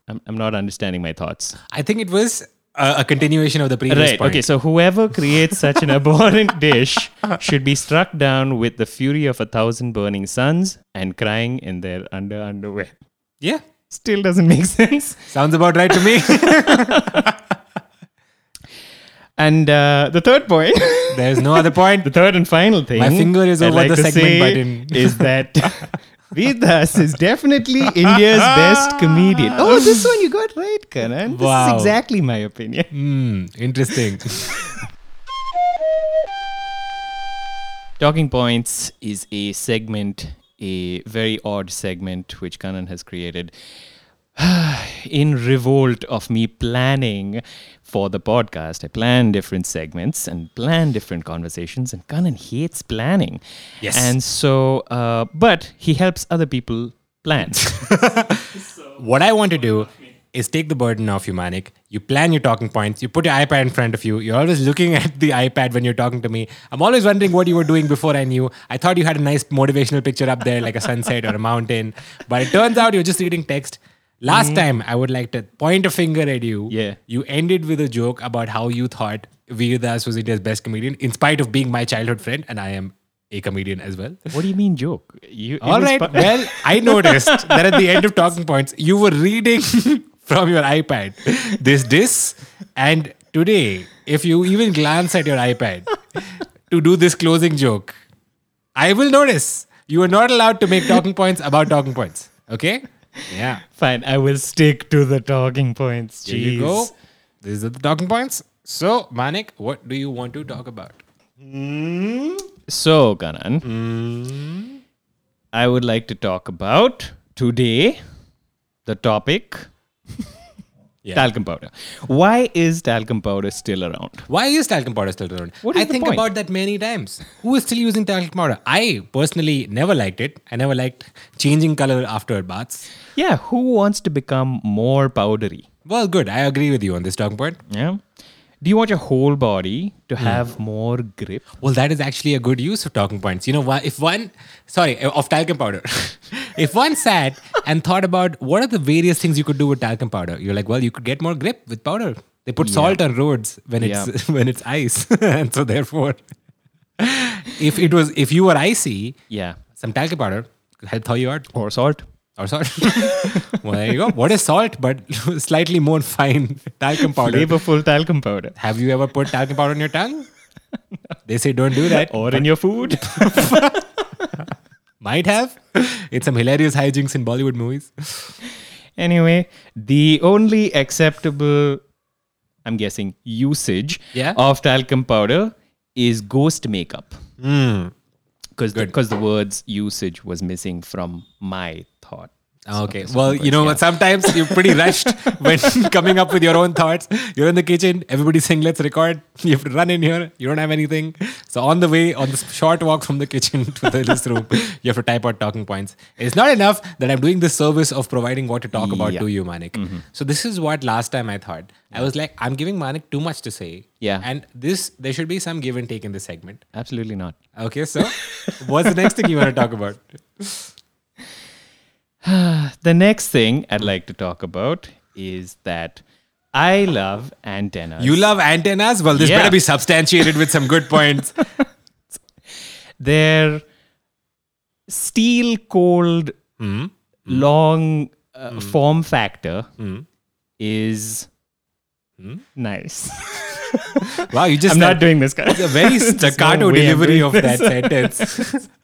Speaker 3: I'm, I'm not understanding my thoughts.
Speaker 2: I think it was uh, a, a continuation of the previous
Speaker 3: Right.
Speaker 2: point.
Speaker 3: Okay. So whoever creates such an abhorrent dish should be struck down with the fury of a thousand burning suns and crying in their under underwear.
Speaker 2: yeah,
Speaker 3: Still doesn't make sense.
Speaker 2: sounds about right to me.
Speaker 3: And uh, the third point,
Speaker 2: There's no other point.
Speaker 3: the third and final thing,
Speaker 2: My finger is
Speaker 3: I'd
Speaker 2: over
Speaker 3: like
Speaker 2: the
Speaker 3: to
Speaker 2: segment
Speaker 3: say
Speaker 2: button.
Speaker 3: is that Vidas is definitely India's best comedian. Oh, this one you got right, Karan. This
Speaker 2: Wow.
Speaker 3: is exactly my opinion.
Speaker 2: Hmm, interesting.
Speaker 3: Talking Points is a segment, a very odd segment which Kanan has created in revolt of me planning for the podcast. I plan different segments and plan different conversations, and Kanan hates planning.
Speaker 2: Yes.
Speaker 3: And so, uh, but he helps other people plan.
Speaker 2: what I want to do is take the burden off you, Manik. You plan your talking points. You put your iPad in front of you. You're always looking at the iPad when you're talking to me. I'm always wondering what you were doing before I knew. I thought you had a nice motivational picture up there, like a sunset or a mountain. But it turns out you're just reading text. Last time, I would like to point a finger at you.
Speaker 3: Yeah.
Speaker 2: You ended with a joke about how you thought Veerdas was India's best comedian, in spite of being my childhood friend, and I am a comedian as well.
Speaker 3: what do you mean, joke? You, it
Speaker 2: All
Speaker 3: was
Speaker 2: right.
Speaker 3: pa-
Speaker 2: well, I noticed that at the end of talking points, you were reading from your iPad this this, and today, if you even glance at your iPad to do this closing joke, I will notice you are not allowed to make talking points about talking points. Okay? Yeah.
Speaker 3: fine. I will stick to the talking points.
Speaker 2: Here you go.
Speaker 3: Jeez.
Speaker 2: These are the talking points. So, Manik, what do you want to talk about?
Speaker 3: So, Kanan, I would like to talk about today the topic
Speaker 2: Yeah.
Speaker 3: talcum powder. Why is talcum powder still around?
Speaker 2: Why is talcum powder still around?
Speaker 3: What is
Speaker 2: I
Speaker 3: the
Speaker 2: think
Speaker 3: point?
Speaker 2: about that many times. Who is still using talcum powder? I personally never liked it. I never liked changing color after baths.
Speaker 3: Yeah, who wants to become more powdery?
Speaker 2: Well, good. I agree with you on this talking point.
Speaker 3: Yeah. Do you want your whole body to have more grip?
Speaker 2: Well, that is actually a good use of talking points. You know, wha- if one, sorry, uh, of talcum powder, if one sat and thought about what are the various things you could do with talcum powder, you're like, well, you could get more grip with powder. They put salt on roads when it's when it's ice, and so therefore, if it was if you were icy,
Speaker 3: Yeah.
Speaker 2: some talcum powder could help thaw you out
Speaker 3: Or salt?
Speaker 2: or salt. well, there you go. What is salt, but slightly more fine talcum powder?
Speaker 3: Flavorful talcum powder.
Speaker 2: Have you ever put talcum powder on your tongue? They say don't do that.
Speaker 3: Or in your food?
Speaker 2: Might have. It's some hilarious hijinks in Bollywood movies.
Speaker 3: Anyway, the only acceptable I'm guessing usage
Speaker 2: Yeah.
Speaker 3: of talcum powder is ghost makeup.
Speaker 2: Hmm.
Speaker 3: Because the, 'cause the words usage was missing from my thought.
Speaker 2: Ah, Okay. Well, you know what? Sometimes you're pretty rushed when coming up with your own thoughts. You're in the kitchen. Everybody's saying, "Let's record." You have to run in here. You don't have anything. So on the way, on this short walk from the kitchen to the list room, you have to type out talking points. It's not enough that I'm doing this service of providing what to talk about
Speaker 3: Yeah. Mm-hmm.
Speaker 2: to you, Manik. So this is what last time I thought. I was like, I'm giving Manik too much to say.
Speaker 3: Yeah.
Speaker 2: And this, there should be some give and take in this segment.
Speaker 3: Absolutely not.
Speaker 2: Okay. So, what's the next thing you want to talk about?
Speaker 3: The next thing I'd like to talk about is that I love antennas.
Speaker 2: You love antennas? Well, this
Speaker 3: Yeah.
Speaker 2: better be substantiated with some good points.
Speaker 3: They're steel cold,
Speaker 2: Hmm.
Speaker 3: long uh, form factor
Speaker 2: Hmm.
Speaker 3: is nice.
Speaker 2: wow, you just
Speaker 3: I'm not doing this, guys.
Speaker 2: a very
Speaker 3: There's no
Speaker 2: staccato
Speaker 3: way I'm
Speaker 2: delivery
Speaker 3: doing
Speaker 2: of that sentence.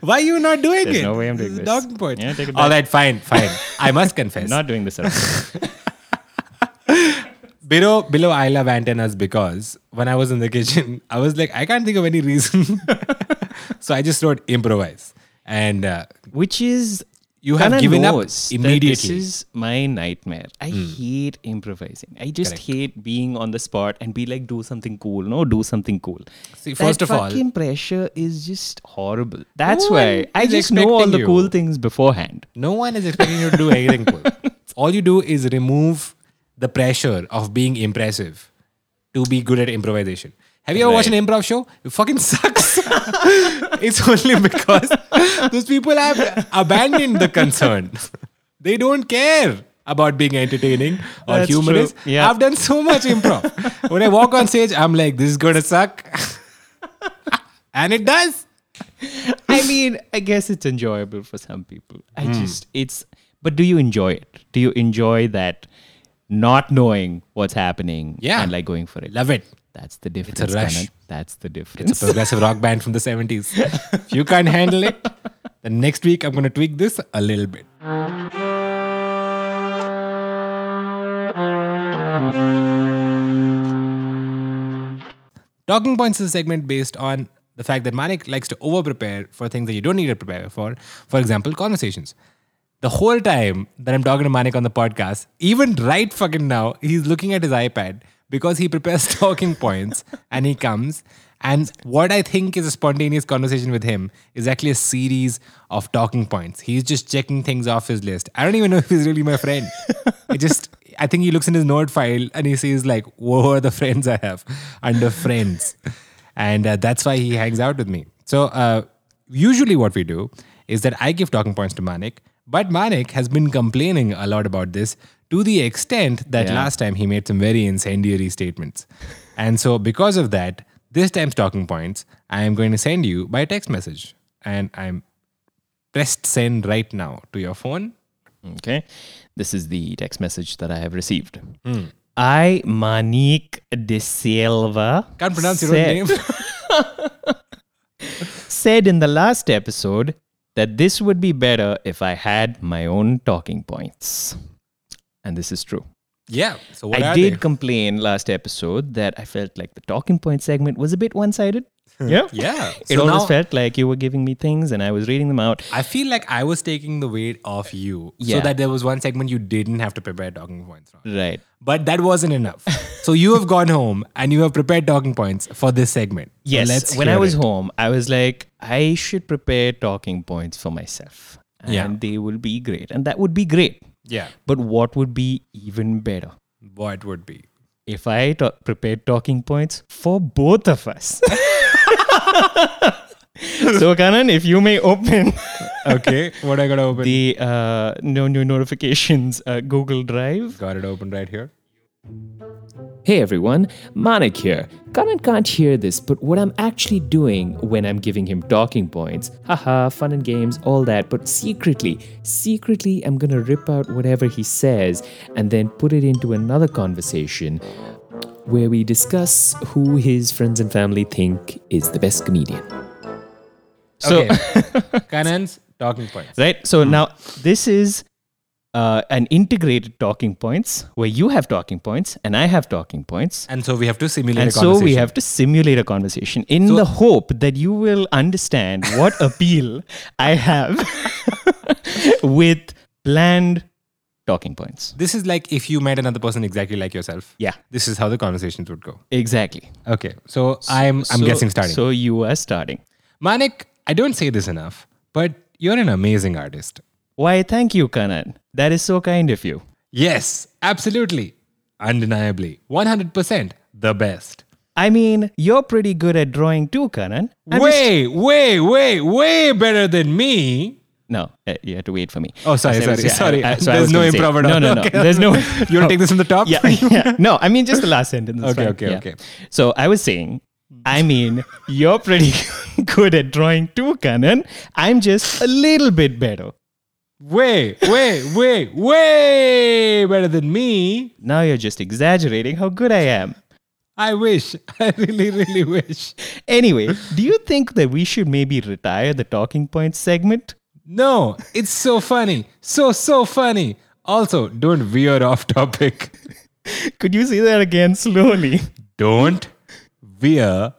Speaker 2: Why are you not doing
Speaker 3: There's
Speaker 2: it?
Speaker 3: no way I'm doing
Speaker 2: It's a
Speaker 3: this.
Speaker 2: Dog point.
Speaker 3: Yeah, take it
Speaker 2: All
Speaker 3: back.
Speaker 2: right, fine, fine. I must confess.
Speaker 3: not doing this at all.
Speaker 2: below below I love antennas because when I was in the kitchen, I was like, I can't think of any reason. so I just wrote improvise. And uh,
Speaker 3: Which is
Speaker 2: You have
Speaker 3: kinda
Speaker 2: given up
Speaker 3: knows that
Speaker 2: immediately. Hmm.
Speaker 3: This is my nightmare. I hate improvising. I just hate being on the spot and be like, do something cool. No, do something cool.
Speaker 2: See, first
Speaker 3: that
Speaker 2: of all-
Speaker 3: fucking pressure is just horrible. That's
Speaker 2: No
Speaker 3: why
Speaker 2: one
Speaker 3: I
Speaker 2: is
Speaker 3: just know all the
Speaker 2: expecting
Speaker 3: cool
Speaker 2: you.
Speaker 3: things beforehand.
Speaker 2: No one is expecting you to do anything cool. All you do is remove the pressure of being impressive to be good at improvisation. Have you ever watched an improv show? It fucking sucks. it's only because those people have abandoned the concern. They don't care about being entertaining or
Speaker 3: That's
Speaker 2: humorous.
Speaker 3: true. Yeah.
Speaker 2: I've done so much improv. when I walk on stage, I'm like, this is gonna suck. and it does.
Speaker 3: I mean, I guess it's enjoyable for some people. I
Speaker 2: Hmm.
Speaker 3: just it's but do you enjoy it? Do you enjoy that not knowing what's happening
Speaker 2: Yeah.
Speaker 3: and like going for it?
Speaker 2: Love it.
Speaker 3: That's the difference.
Speaker 2: rush.
Speaker 3: Kanan. That's the difference.
Speaker 2: It's a progressive rock band from the 70s. If you can't handle it, then next week I'm going to tweak this a little bit. Talking Points is a segment based on the fact that Manik likes to over prepare for things that you don't need to prepare for. For example, conversations. The whole time that I'm talking to Manik on the podcast, even right fucking now, he's looking at his iPad because he prepares talking points and he comes. And what I think is a spontaneous conversation with him is actually a series of talking points. He's just checking things off his list. I don't even know if he's really my friend. I just, I think he looks in his note file and he sees like, whoa, the friends I have under friends. And uh, that's why he hangs out with me. So, uh, usually what we do is that I give talking points to Manik, but Manik has been complaining a lot about this to the extent that last time he made some very incendiary statements. And so, because of that, this time's talking points I am going to send you by text message. And I'm pressed send right now to your phone.
Speaker 3: Okay. This is the text message that I have received.
Speaker 2: Hmm.
Speaker 3: I, Manik de Silva.
Speaker 2: Can't pronounce your
Speaker 3: said-
Speaker 2: own name.
Speaker 3: Said in the last episode that this would be better if I had my own talking points. And this is true.
Speaker 2: yeah. So, what
Speaker 3: I
Speaker 2: are
Speaker 3: did
Speaker 2: they?
Speaker 3: complain last episode that I felt like the talking point segment was a bit one sided. yeah.
Speaker 2: Hmm. Yeah.
Speaker 3: It
Speaker 2: So
Speaker 3: always
Speaker 2: now-
Speaker 3: felt like you were giving me things and I was reading them out.
Speaker 2: I feel like I was taking the weight off you so
Speaker 3: Yeah.
Speaker 2: that there was one segment you didn't have to prepare talking points on.
Speaker 3: Right.
Speaker 2: But that wasn't enough. so you have gone home and you have prepared talking points for this segment. So
Speaker 3: Yes.
Speaker 2: let's
Speaker 3: when
Speaker 2: hear
Speaker 3: I was
Speaker 2: it.
Speaker 3: home, I was like, I should prepare talking points for myself. And
Speaker 2: Yeah.
Speaker 3: they will be great. And that would be great.
Speaker 2: Yeah.
Speaker 3: But what would be even better?
Speaker 2: What would be?
Speaker 3: If I ta- prepared talking points for both of us. so, Kanan, if you may open
Speaker 2: Okay. what I gotta open?
Speaker 3: the uh, no new notifications uh, Google Drive.
Speaker 2: Got it open right here.
Speaker 3: Hey everyone, Manik here. Karan can't hear this, but what I'm actually doing when I'm giving him talking points, haha, fun and games, all that, but secretly, secretly, I'm gonna rip out whatever he says and then put it into another conversation where we discuss who his friends and family think is the best comedian. So,
Speaker 2: okay. Kanan's talking points.
Speaker 3: right, so now this is uh, an integrated talking points where you have talking points and I have talking points.
Speaker 2: And so we have to simulate
Speaker 3: And
Speaker 2: a
Speaker 3: so we
Speaker 2: conversation.
Speaker 3: have to simulate a conversation in the hope that you will understand what appeal I have with planned talking points.
Speaker 2: This is like if you met another person exactly like yourself.
Speaker 3: Yeah,
Speaker 2: This is how the conversations would go.
Speaker 3: exactly.
Speaker 2: Okay. So, I'm I'm
Speaker 3: So-
Speaker 2: guessing starting.
Speaker 3: So you are starting.
Speaker 2: Manik, I don't say this enough, but you're an amazing artist.
Speaker 3: Why, thank you, Kanan. That is so kind of you.
Speaker 2: Yes, absolutely. Undeniably. 100% the best.
Speaker 3: I mean, you're pretty good at drawing too, Kanan. I'm just-
Speaker 2: way, way, way, way better than me.
Speaker 3: No, uh, you have to wait for me.
Speaker 2: Oh, sorry,
Speaker 3: As I was-
Speaker 2: sorry,
Speaker 3: yeah, I- I-
Speaker 2: sorry.
Speaker 3: so I
Speaker 2: There's
Speaker 3: was
Speaker 2: no
Speaker 3: gonna say-
Speaker 2: improv at
Speaker 3: No,
Speaker 2: all.
Speaker 3: no, no.
Speaker 2: Okay.
Speaker 3: There's no.
Speaker 2: You wanna take this from the top?
Speaker 3: Yeah, yeah. No, I mean just the last sentence. is
Speaker 2: Okay,
Speaker 3: fine.
Speaker 2: okay,
Speaker 3: Yeah.
Speaker 2: okay.
Speaker 3: So I was saying, I mean, you're pretty good at drawing too, Kanan. I'm just a little bit better.
Speaker 2: Way, way, way, way better than me.
Speaker 3: Now you're just exaggerating how good I am.
Speaker 2: I wish. I really, really wish.
Speaker 3: Anyway, do you think that we should maybe retire the talking points segment?
Speaker 2: No, it's so funny. So, so funny. Also, don't veer off topic.
Speaker 3: Could you say that again slowly?
Speaker 2: Don't veer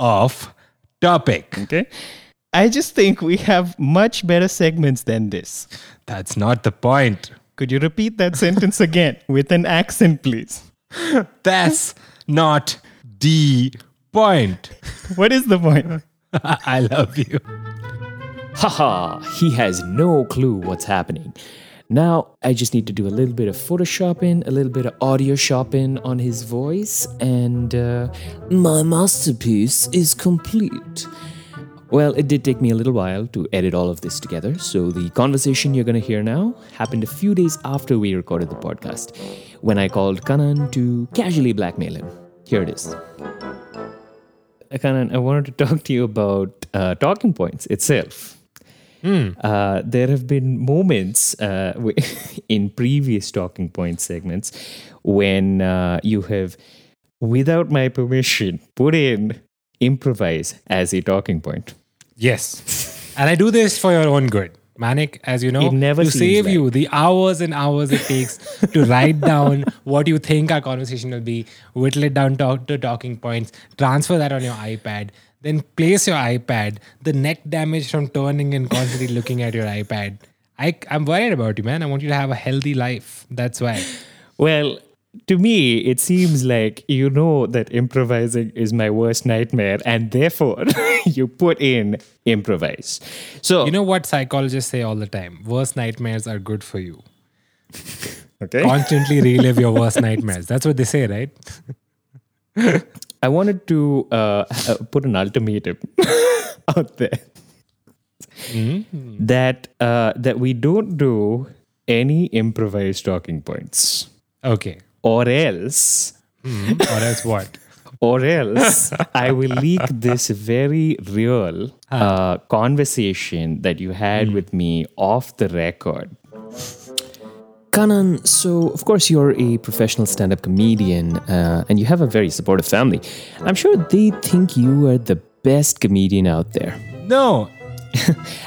Speaker 2: off topic.
Speaker 3: Okay. I just think we have much better segments than this.
Speaker 2: That's not the point.
Speaker 3: Could you repeat that sentence again with an accent, please?
Speaker 2: That's not the point.
Speaker 3: What is the point?
Speaker 2: I love you.
Speaker 5: Haha, he has no clue what's happening. Now, I just need to do a little bit of photoshopping, a little bit of audio shopping on his voice, and uh, my masterpiece is complete. Well, it did take me a little while to edit all of this together, so the conversation you're going to hear now happened a few days after we recorded the podcast when I called Kanan to casually blackmail him. Here it is. Uh, Kanan, I wanted to talk to you about uh, talking points itself. Uh, there have been moments uh, w- in previous talking point segments when uh, you have, without my permission, put in improvise as a talking point.
Speaker 2: Yes. And I do this for your own good. Manic, as you know,
Speaker 5: It never
Speaker 2: to
Speaker 5: seems
Speaker 2: save
Speaker 5: like-
Speaker 2: you the hours and hours it takes to write down what you think our conversation will be, whittle it down to, to talking points, transfer that on your iPad, then place your iPad, the neck damage from turning and constantly looking at your iPad. I, I'm worried about you, man. I want you to have a healthy life. That's why.
Speaker 5: Well, to me, it seems like you know that improvising is my worst nightmare, and therefore you put in improvise. So,
Speaker 2: You know what psychologists say all the time? Worst nightmares are good for you.
Speaker 5: okay.
Speaker 2: Constantly relive your worst nightmares. That's what they say, right?
Speaker 5: I wanted to uh, uh, put an ultimatum out there that uh, that we don't do any improvised talking points,
Speaker 2: Okay.
Speaker 5: or else,
Speaker 2: Or else what?
Speaker 5: or else I will leak this very real uh, conversation that you had with me off the record. Kanan, so of course you're a professional stand up comedian uh, and you have a very supportive family. I'm sure they think you are the best comedian out there.
Speaker 2: No,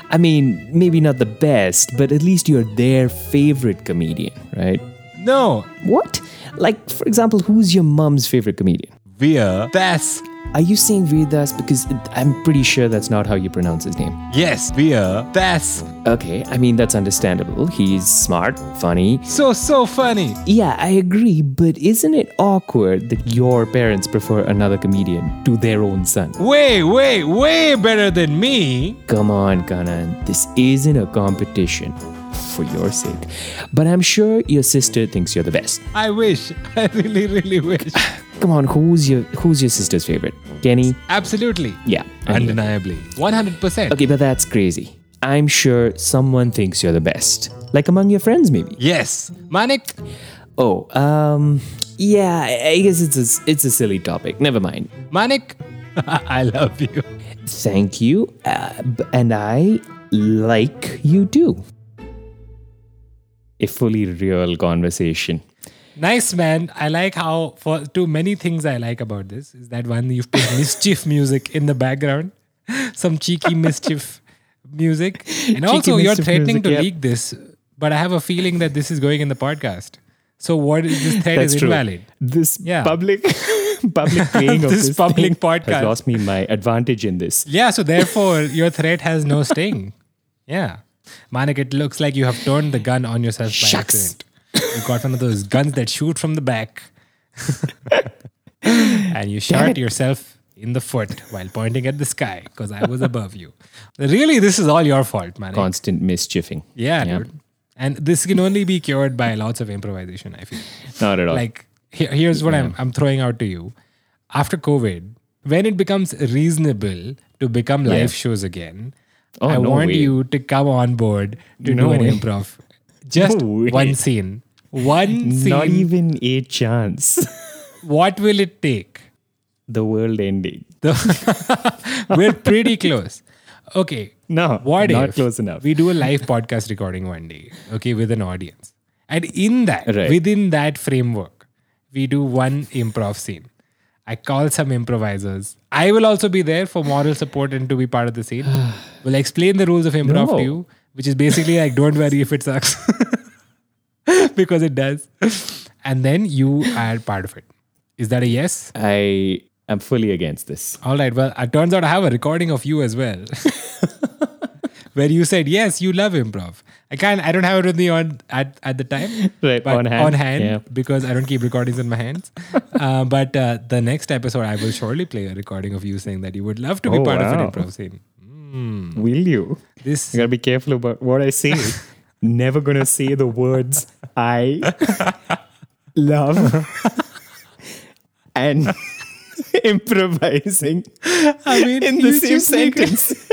Speaker 5: I mean, maybe not the best, but at least you're their favorite comedian, right?
Speaker 2: no,
Speaker 5: What? Like, for example, who's your mom's favorite comedian?
Speaker 2: Veer. That's
Speaker 5: Are you saying Vedas? Because I'm pretty sure that's not how you pronounce his name.
Speaker 2: yes, Veer. That's
Speaker 5: Okay, I mean, that's understandable. He's smart, funny,
Speaker 2: so so funny.
Speaker 5: Yeah, I agree, but isn't it awkward that your parents prefer another comedian to their own son?
Speaker 2: Way way way better than me.
Speaker 5: Come on, Kanan, this isn't a competition for your sake. But I'm sure your sister thinks you're the best.
Speaker 2: I wish. I really really wish.
Speaker 5: Come on, who's your who's your sister's favorite? Kenny?
Speaker 2: Absolutely.
Speaker 5: Yeah. anyway.
Speaker 2: Undeniably. One hundred percent.
Speaker 5: Okay, but that's crazy. I'm sure someone thinks you're the best. Like among your friends maybe.
Speaker 2: Yes, Manik.
Speaker 5: Oh, um yeah, I I guess it's a, it's a silly topic. Never mind.
Speaker 2: Manik. I love you.
Speaker 5: Thank you. Uh, b- and I like you too.
Speaker 3: A fully real conversation.
Speaker 2: Nice man. I like how for too many things I like about this is that one you've put mischief music in the background, some cheeky mischief music, and also you're
Speaker 3: mischief
Speaker 2: threatening
Speaker 3: music,
Speaker 2: to
Speaker 3: yep.
Speaker 2: leak this but I have a feeling that this is going in the podcast. So what is this thread is invalid.
Speaker 5: This
Speaker 2: Yeah.
Speaker 5: public public playing of
Speaker 2: This
Speaker 5: this,
Speaker 2: public
Speaker 5: thing
Speaker 2: podcast.
Speaker 5: has lost me my advantage in this.
Speaker 2: Yeah, so therefore your threat has no sting. Yeah. Manik, it looks like you have turned the gun on yourself by
Speaker 5: Shucks.
Speaker 2: accident. You got one of those guns that shoot from the back. and you shot yourself in the foot while pointing at the sky because I was above you. Really, this is all your fault, Manik.
Speaker 5: Constant mischiefing.
Speaker 2: yeah, dude. And this can only be cured by lots of improvisation, I feel.
Speaker 5: Not at all.
Speaker 2: Like, here, here's what I'm, I'm throwing out to you. After COVID, when it becomes reasonable to become live shows again, I
Speaker 5: Oh, no
Speaker 2: want
Speaker 5: way.
Speaker 2: you to come on board to do an improv. Just
Speaker 5: No way.
Speaker 2: one scene. One scene.
Speaker 5: Not even a chance.
Speaker 2: What will it take?
Speaker 5: the world ending.
Speaker 2: The- We're pretty close. Okay.
Speaker 5: No,
Speaker 2: What
Speaker 5: not
Speaker 2: if
Speaker 5: close enough.
Speaker 2: We do a live podcast recording one day, okay, with an audience. And in that,
Speaker 5: Right.
Speaker 2: within that framework, we do one improv scene. I call some improvisers. I will also be there for moral support and to be part of the scene. we'll explain the rules of improv
Speaker 5: No.
Speaker 2: to you, which is basically like, don't worry if it sucks, because it does. And then you are part of it. Is that a yes?
Speaker 5: I am fully against this.
Speaker 2: All right. Well, it turns out I have a recording of you as well, where you said yes, you love improv. I can't. I don't have it with me on at, at the time.
Speaker 5: Right,
Speaker 2: but
Speaker 5: on hand,
Speaker 2: On hand,
Speaker 5: yeah.
Speaker 2: because I don't keep recordings in my hands. uh, but uh, the next episode, I will surely play a recording of you saying that you would love to be
Speaker 5: Oh,
Speaker 2: part of an
Speaker 5: wow.
Speaker 2: improv scene.
Speaker 5: Will you?
Speaker 2: This
Speaker 5: You gotta be careful about what I say. Never gonna say the words I love and improvising
Speaker 2: I mean,
Speaker 5: in the
Speaker 2: you
Speaker 5: same
Speaker 2: just make it-
Speaker 5: sentence.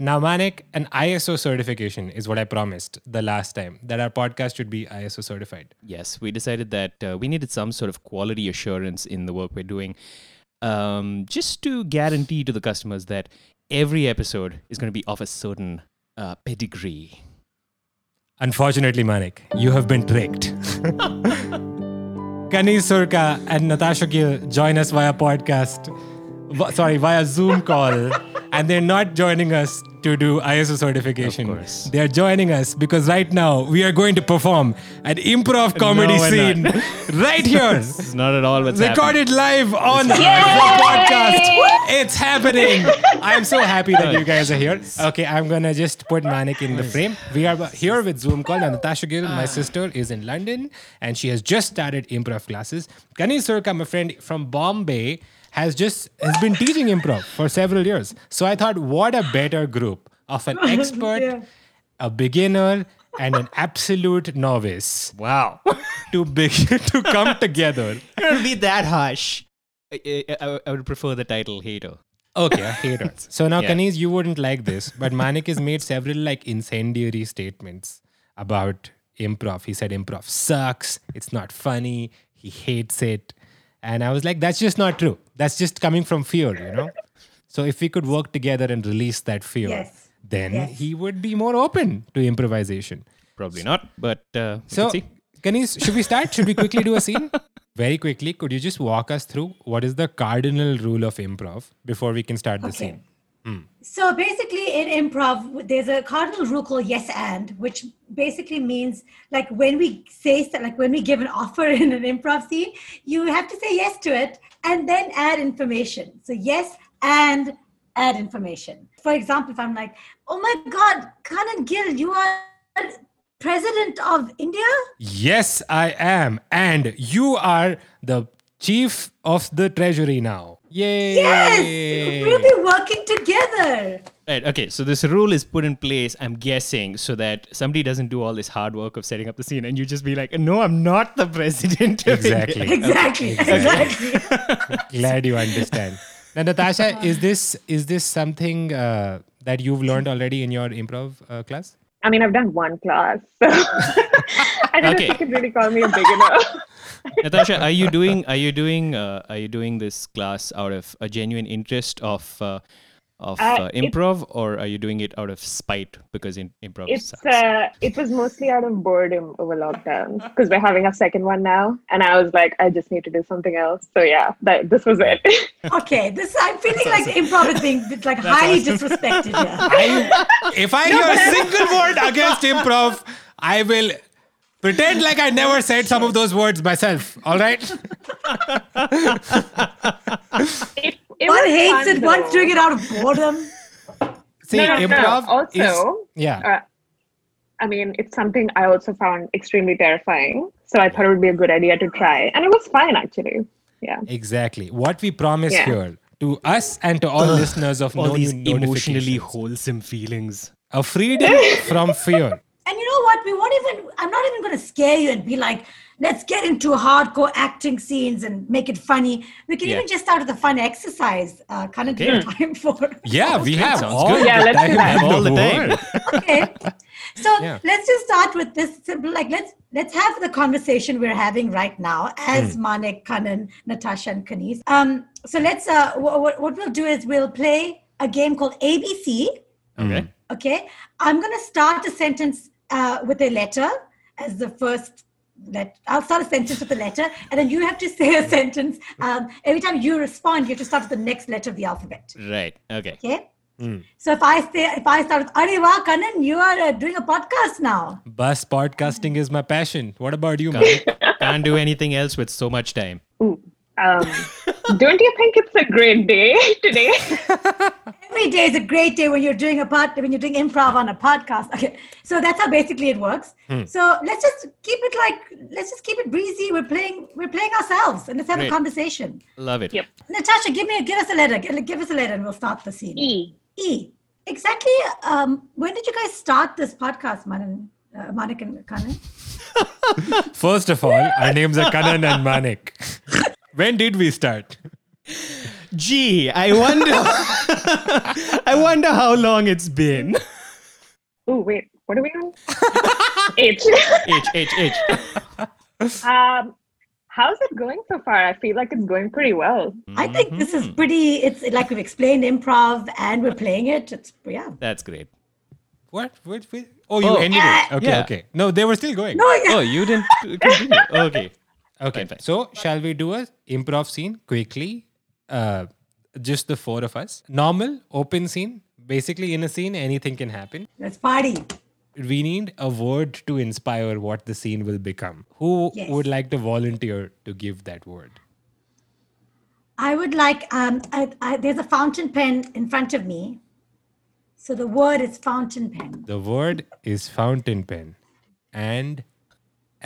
Speaker 2: Now, Manik, an ISO certification is what I promised the last time that our podcast should be ISO certified.
Speaker 1: Yes, we decided that uh, we needed some sort of quality assurance in the work we're doing, um, just to guarantee to the customers that every episode is going to be of a certain uh, pedigree.
Speaker 2: Unfortunately, Manik, you have been tricked. Kani Surka and Natasha Gill join us via podcast, v- sorry, via Zoom call, and they're not joining us to do ISO certification.
Speaker 1: Of course.
Speaker 2: They're joining us because right now we are going to perform an improv comedy
Speaker 1: we're
Speaker 2: scene right here.
Speaker 1: It's not at all what's happening.
Speaker 2: Recorded live on the podcast. It's happening. I'm so happy that you guys are here. Okay, I'm gonna just put Manik in the frame. We are here with Zoom call. Now, Natasha Gill,
Speaker 1: Ah.
Speaker 2: my sister, is in London and she has just started improv classes. Kani Surka, my friend from Bombay, has just has been teaching improv for several years. So I thought, what a better group of an expert, a beginner, and an absolute novice. Wow. To begin to come together.
Speaker 1: It would be that harsh. I, I, I would prefer the title hater.
Speaker 2: Okay, I hate her. So now,
Speaker 1: Yeah.
Speaker 2: Kaniz, you wouldn't like this, but Manik has made several like incendiary statements about improv. He said improv sucks, it's not funny, he hates it. And I was like, that's just not true. That's just coming from fear, you know? So if we could work together and release that fear,
Speaker 6: Yes.
Speaker 2: then he would be more open to improvisation.
Speaker 1: Probably not, but uh, we
Speaker 2: So,
Speaker 1: can see.
Speaker 2: Kaniz, should we start? Should we quickly do a scene? Very quickly, could you just walk us through what is the cardinal rule of improv before we can start the
Speaker 6: Okay.
Speaker 2: scene?
Speaker 6: So basically, in improv, there's a cardinal rule called yes and, which basically means like when we say, st- like when we give an offer in an improv scene, you have to say yes to it and then add information. So, yes and add information. For example, if I'm like, oh my God, Kanan Gill, you are president of India?
Speaker 2: Yes, I am. And you are the chief of the treasury now. Yay!
Speaker 6: Yes! We'll be working together.
Speaker 1: Right, okay, so this rule is put in place, I'm guessing, so that somebody doesn't do all this hard work of setting up the scene and you just be like, no, I'm not the president. of India."
Speaker 2: Exactly.
Speaker 6: Exactly, exactly.
Speaker 2: Glad you understand. Now, Natasha, is this is this something uh, that you've learned already in your improv uh, class?
Speaker 7: I mean, I've done one class, so I don't know
Speaker 1: Okay.
Speaker 7: if you could really call me a beginner.
Speaker 1: Natasha, are you doing are you doing uh, are you doing this class out of a genuine interest of uh, of
Speaker 7: Uh,
Speaker 1: uh,
Speaker 7: it-
Speaker 1: improv, or are you doing it out of spite because in, improv
Speaker 7: It's
Speaker 1: sucks?
Speaker 7: uh, it was mostly out of boredom over lockdown because we're having our second one now, and I was like, I just need to do something else. So yeah, that this was it.
Speaker 6: Okay, this I'm feeling like the improv is being like highly disrespected here.
Speaker 2: I, if I hear a single word against improv, I will pretend like I never said some of those words myself. All right?
Speaker 7: it,
Speaker 6: One
Speaker 7: it was
Speaker 6: hates
Speaker 7: fun,
Speaker 6: it, one's
Speaker 7: though.
Speaker 6: doing it out of boredom.
Speaker 2: See,
Speaker 7: No, no, no.
Speaker 2: improv
Speaker 7: Also,
Speaker 2: is yeah.
Speaker 7: uh, I mean, it's something I also found extremely terrifying. So I thought it would be a good idea to try, and it was fine actually. Yeah.
Speaker 2: Exactly. What we promise
Speaker 7: Yeah.
Speaker 2: here to us and to all listeners of
Speaker 1: all
Speaker 2: no
Speaker 1: these
Speaker 2: New
Speaker 1: emotionally
Speaker 2: Notifications,
Speaker 1: wholesome feelings.
Speaker 2: a freedom from fear.
Speaker 6: And you know what? We won't even, I'm not even going to scare you and be like, let's get into hardcore acting scenes and make it funny. We can
Speaker 1: Yeah.
Speaker 6: even just start with a fun exercise. Uh, kind of
Speaker 1: Okay.
Speaker 6: time for.
Speaker 2: Yeah, we have
Speaker 1: sounds
Speaker 2: all
Speaker 1: good.
Speaker 2: the
Speaker 7: Yeah, let's do
Speaker 2: time
Speaker 7: that.
Speaker 2: in
Speaker 1: All the time.
Speaker 2: world.
Speaker 6: okay. So
Speaker 2: Yeah.
Speaker 6: let's just start with this simple, like let's let's have the conversation we're having right now
Speaker 2: Hmm.
Speaker 6: as Manik, Kanan, Natasha, and Kanis. Um, so let's uh, wh- wh- what we'll do is we'll play a game called ABC.
Speaker 1: Okay.
Speaker 6: Okay, I'm gonna start a sentence uh, with a letter as the first. Let I'll start a sentence with a letter, and then you have to say a sentence. Um, every time you respond, you have to start with the next letter of the alphabet.
Speaker 1: Right. Okay.
Speaker 6: Okay. So if I say if I start with Arey wow, Kanan, you are uh, doing a podcast now.
Speaker 2: Bus podcasting is my passion. What about you, man?
Speaker 1: Can't do anything else with so much time.
Speaker 7: Um, don't you think it's a great day today?
Speaker 6: Every day is a great day when you're doing a pod, when you're doing improv on a podcast. Okay. So that's how basically it works. So let's just keep it like let's just keep it breezy. We're playing we're playing ourselves and let's have a
Speaker 1: Great.
Speaker 6: conversation.
Speaker 1: Love it.
Speaker 7: Yep.
Speaker 6: Natasha, give me a, give us a letter. Give, give us a letter and we'll start the scene.
Speaker 7: E.
Speaker 6: E. Exactly. Um, when did you guys start this podcast, Manan, uh, Manik and Kanan?
Speaker 2: First of all, our names are Kanan and Manik. When did we start?
Speaker 1: Gee, I wonder. I wonder how long it's been.
Speaker 7: Oh wait, what are we on? H.
Speaker 1: H H H.
Speaker 7: Um, how's it going so far? I feel like it's going pretty well.
Speaker 6: I think this is pretty. It's like we've explained improv, and we're playing it. It's yeah.
Speaker 1: That's great.
Speaker 2: What? what, what? Oh, you
Speaker 1: Oh.
Speaker 2: ended it.
Speaker 7: Uh,
Speaker 2: Okay,
Speaker 1: Yeah.
Speaker 2: okay. No, they were still going.
Speaker 6: No, yeah.
Speaker 1: Oh, you didn't continue. Okay.
Speaker 2: Okay.
Speaker 1: Fine, fine.
Speaker 2: So, shall we do a improv scene quickly? Uh, just the four of us. Normal open scene. Basically, in a scene, anything can happen.
Speaker 6: Let's party.
Speaker 2: We need a word to inspire what the scene will become. Who
Speaker 6: Yes.
Speaker 2: would like to volunteer to give that word?
Speaker 6: I would like. Um, I, I, there's a fountain pen in front of me, so the word is fountain pen.
Speaker 2: The word is fountain pen and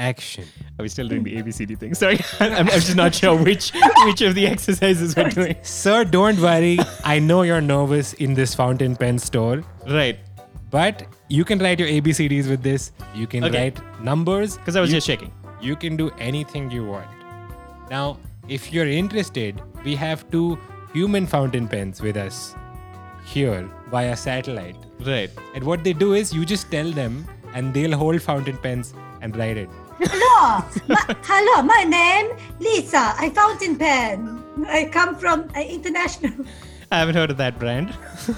Speaker 2: action.
Speaker 1: Are we still doing the ABCD thing? Sorry, I'm, I'm just not sure which which of the exercises we're doing.
Speaker 2: Sir, don't worry. I know you're nervous in this fountain pen store.
Speaker 1: Right.
Speaker 2: But you can write your ABCDs with this. You can
Speaker 1: Okay.
Speaker 2: write numbers.
Speaker 1: Because I was
Speaker 2: you,
Speaker 1: just checking.
Speaker 2: You can do anything you want. Now, if you're interested, we have two human fountain pens with us here via satellite.
Speaker 1: Right.
Speaker 2: And what they do is you just tell them, and they'll hold fountain pens and write it.
Speaker 6: Hello, my, hello. My name Lisa. I fountain pen. I come from uh, international.
Speaker 1: I haven't heard of that brand.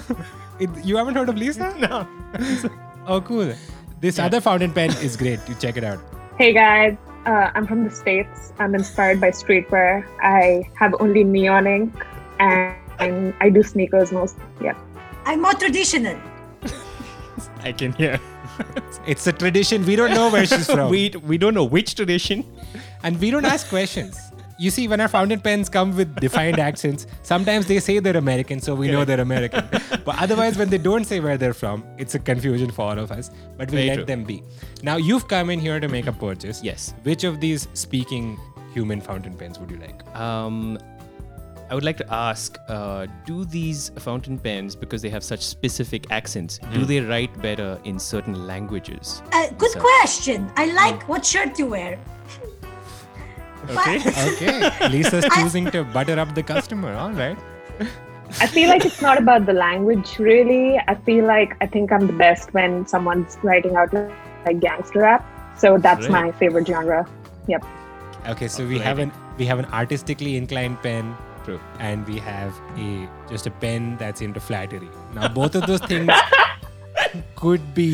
Speaker 2: it you haven't heard of Lisa?
Speaker 1: no.
Speaker 2: Oh, cool. This other fountain pen is great. You check it out.
Speaker 7: Hey guys, uh, I'm from the States. I'm inspired by streetwear. I have only neon ink and, and I do sneakers most. Yeah.
Speaker 6: I'm more traditional.
Speaker 1: I can hear.
Speaker 2: It's a tradition. We don't know where she's from.
Speaker 1: we we don't know which tradition.
Speaker 2: and we don't ask questions. You see, when our fountain pens come with defined accents, sometimes they say they're American, so we know they're American. But otherwise, when they don't say where they're from, it's a confusion for all of us. But we
Speaker 1: Very
Speaker 2: let
Speaker 1: true.
Speaker 2: them be. Now, you've come in here to make a purchase.
Speaker 1: Yes.
Speaker 2: Which of these speaking human fountain pens would you like?
Speaker 3: Um,
Speaker 1: I would like to ask: uh, Do these fountain pens, because they have such specific accents, do they write better in certain languages?
Speaker 6: Uh, good question. I like what shirt you wear. But-
Speaker 2: Okay. Lisa's choosing to butter up the customer. All right.
Speaker 7: I feel like it's not about the language really. I feel like I think I'm the best when someone's writing out like gangster rap. So that's
Speaker 1: Great.
Speaker 7: my favorite genre. Yep.
Speaker 2: Okay, so we have an we have an artistically inclined pen
Speaker 1: True.
Speaker 2: and we have a just a pen that's into flattery. Now both of those things could be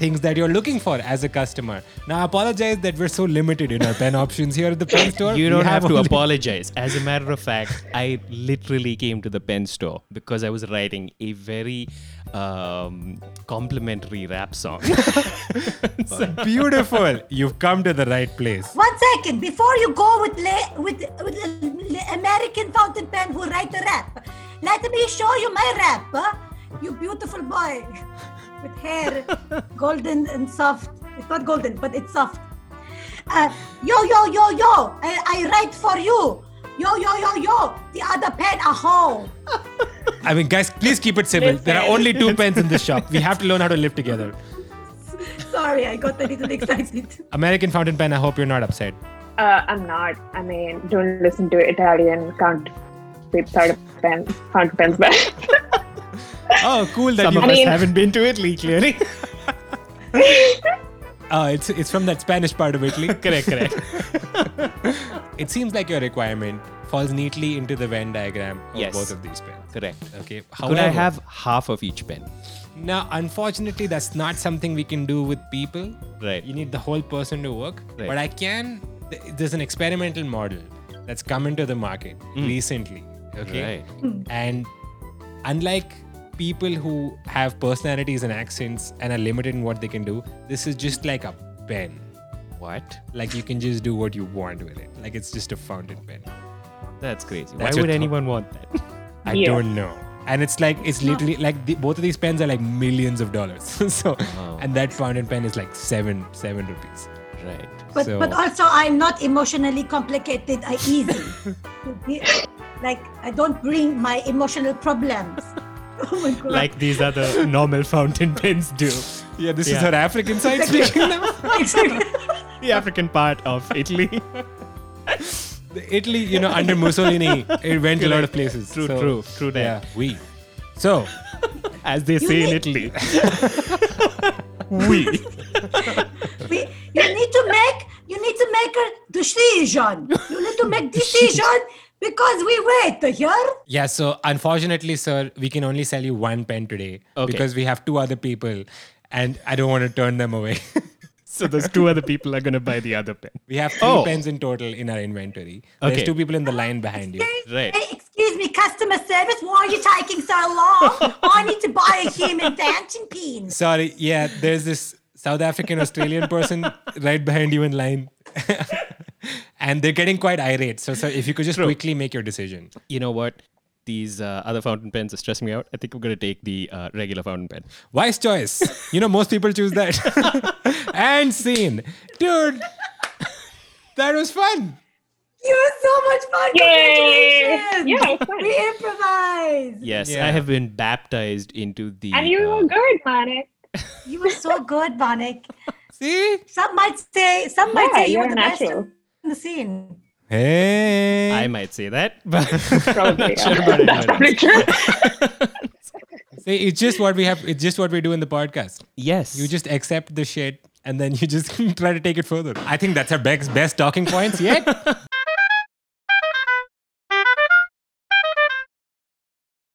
Speaker 2: things that you're looking for as a customer. Now I apologize that we're so limited in our pen options here at the pen store.
Speaker 3: You
Speaker 2: We
Speaker 3: don't have, to
Speaker 2: only-
Speaker 3: apologize. As a matter of fact, I literally came to the pen store because I was writing a very um, complimentary rap song.
Speaker 2: Beautiful. You've come to the right place.
Speaker 6: One second before you go with le- with with the American fountain pen who write the rap. Let me show you my rap, huh? you beautiful boy with hair golden and soft. It's not golden, but it's soft. Uh, yo yo yo yo, I, I write for you. Yo yo yo yo, the other pen a hoe.
Speaker 2: I mean, guys, please keep it civil. There are only two pens in this shop. We have to learn how to live together.
Speaker 6: Sorry, I got a little excited.
Speaker 2: American fountain pen. I hope you're not upset.
Speaker 7: Uh, I'm not. I mean, don't listen to Italian count. Startup pen, count pens, but
Speaker 2: Oh, cool that
Speaker 3: Some
Speaker 2: you
Speaker 3: of
Speaker 7: I
Speaker 3: us
Speaker 7: mean-
Speaker 3: haven't been to Italy, clearly.
Speaker 2: Uh, it's it's from that Spanish part of Italy. correct, correct. it seems like your requirement falls neatly into the Venn diagram of
Speaker 1: Yes.
Speaker 2: both of these pens.
Speaker 1: Correct.
Speaker 2: Okay. However,
Speaker 1: Could I have half of each pen?
Speaker 2: now? Unfortunately, that's not something we can do with people.
Speaker 1: Right.
Speaker 2: You need the whole person to work.
Speaker 1: Right.
Speaker 2: But I can. th- There's an experimental model that's come into the market recently. Okay.
Speaker 1: Hmm. Right.
Speaker 2: And unlike people who have personalities and accents and are limited in what they can do, this is just like a pen.
Speaker 1: What?
Speaker 2: Like you can just do what you want with it. Like it's just a fountain pen.
Speaker 1: That's crazy.
Speaker 3: Why
Speaker 2: your
Speaker 3: would
Speaker 2: thought.
Speaker 3: anyone want that?
Speaker 2: I
Speaker 7: Yeah.
Speaker 2: don't know. And it's like it's literally like the, both of these pens are like millions of dollars. so and that fountain pen is like seven seven rupees.
Speaker 1: Right.
Speaker 6: But
Speaker 2: So-
Speaker 6: but also I'm not emotionally complicated. I easy. like I don't bring my emotional problems. Oh my god.
Speaker 3: like these other normal fountain pens do.
Speaker 2: Yeah, this
Speaker 3: Yeah.
Speaker 2: is her African side speaking now.
Speaker 3: The African part of Italy.
Speaker 2: Italy, you know, under Mussolini, it went to a lot of places.
Speaker 3: True,
Speaker 2: So,
Speaker 3: true, true
Speaker 2: Yeah,
Speaker 3: that.
Speaker 2: we. So
Speaker 3: As they say in
Speaker 6: need-
Speaker 3: Italy.
Speaker 6: we, you need to make you need to make a decision. You need to make decision because we wait here.
Speaker 2: yeah, so unfortunately, sir, we can only sell you one pen today
Speaker 1: Okay.
Speaker 2: because we have two other people, and I don't want to turn them away.
Speaker 3: So those two other people are going to buy the other pen.
Speaker 2: We have three
Speaker 1: Oh.
Speaker 2: pens in total in our inventory.
Speaker 1: Okay.
Speaker 2: There's two people in the line behind you.
Speaker 1: Right.
Speaker 6: Hey, excuse me, customer service. Why are you taking so long? I need to buy a human fountain pen.
Speaker 2: Sorry, yeah, there's this South African Australian person right behind you in line. and they're getting quite irate. So, so if you could just quickly make your decision.
Speaker 1: You know what? These uh, other fountain pens are stressing me out. I think I'm going to take the uh, regular fountain pen.
Speaker 2: Wise choice. You know, most people choose that. and scene. Dude, that was fun.
Speaker 6: You were so much fun.
Speaker 7: Yay!
Speaker 6: Congratulations.
Speaker 7: Yeah, it's fun.
Speaker 6: we improvise.
Speaker 1: Yes,
Speaker 2: Yeah.
Speaker 1: I have been baptized into the.
Speaker 7: and you
Speaker 1: uh,
Speaker 7: were good, Manik.
Speaker 6: You were so good, Manik.
Speaker 2: See?
Speaker 6: Some might say, some might
Speaker 7: Yeah,
Speaker 6: say you
Speaker 7: you're
Speaker 6: were the
Speaker 7: a
Speaker 6: best
Speaker 7: natural.
Speaker 6: in the scene.
Speaker 2: Hey.
Speaker 1: I might say that, but
Speaker 7: Probably, yeah. That's
Speaker 1: anyone
Speaker 7: probably true.
Speaker 2: See, it's just what we have, it's just what we do in the podcast.
Speaker 1: yes,
Speaker 2: You just accept the shit and then you just try to take it further. I think that's our best, best talking points yet.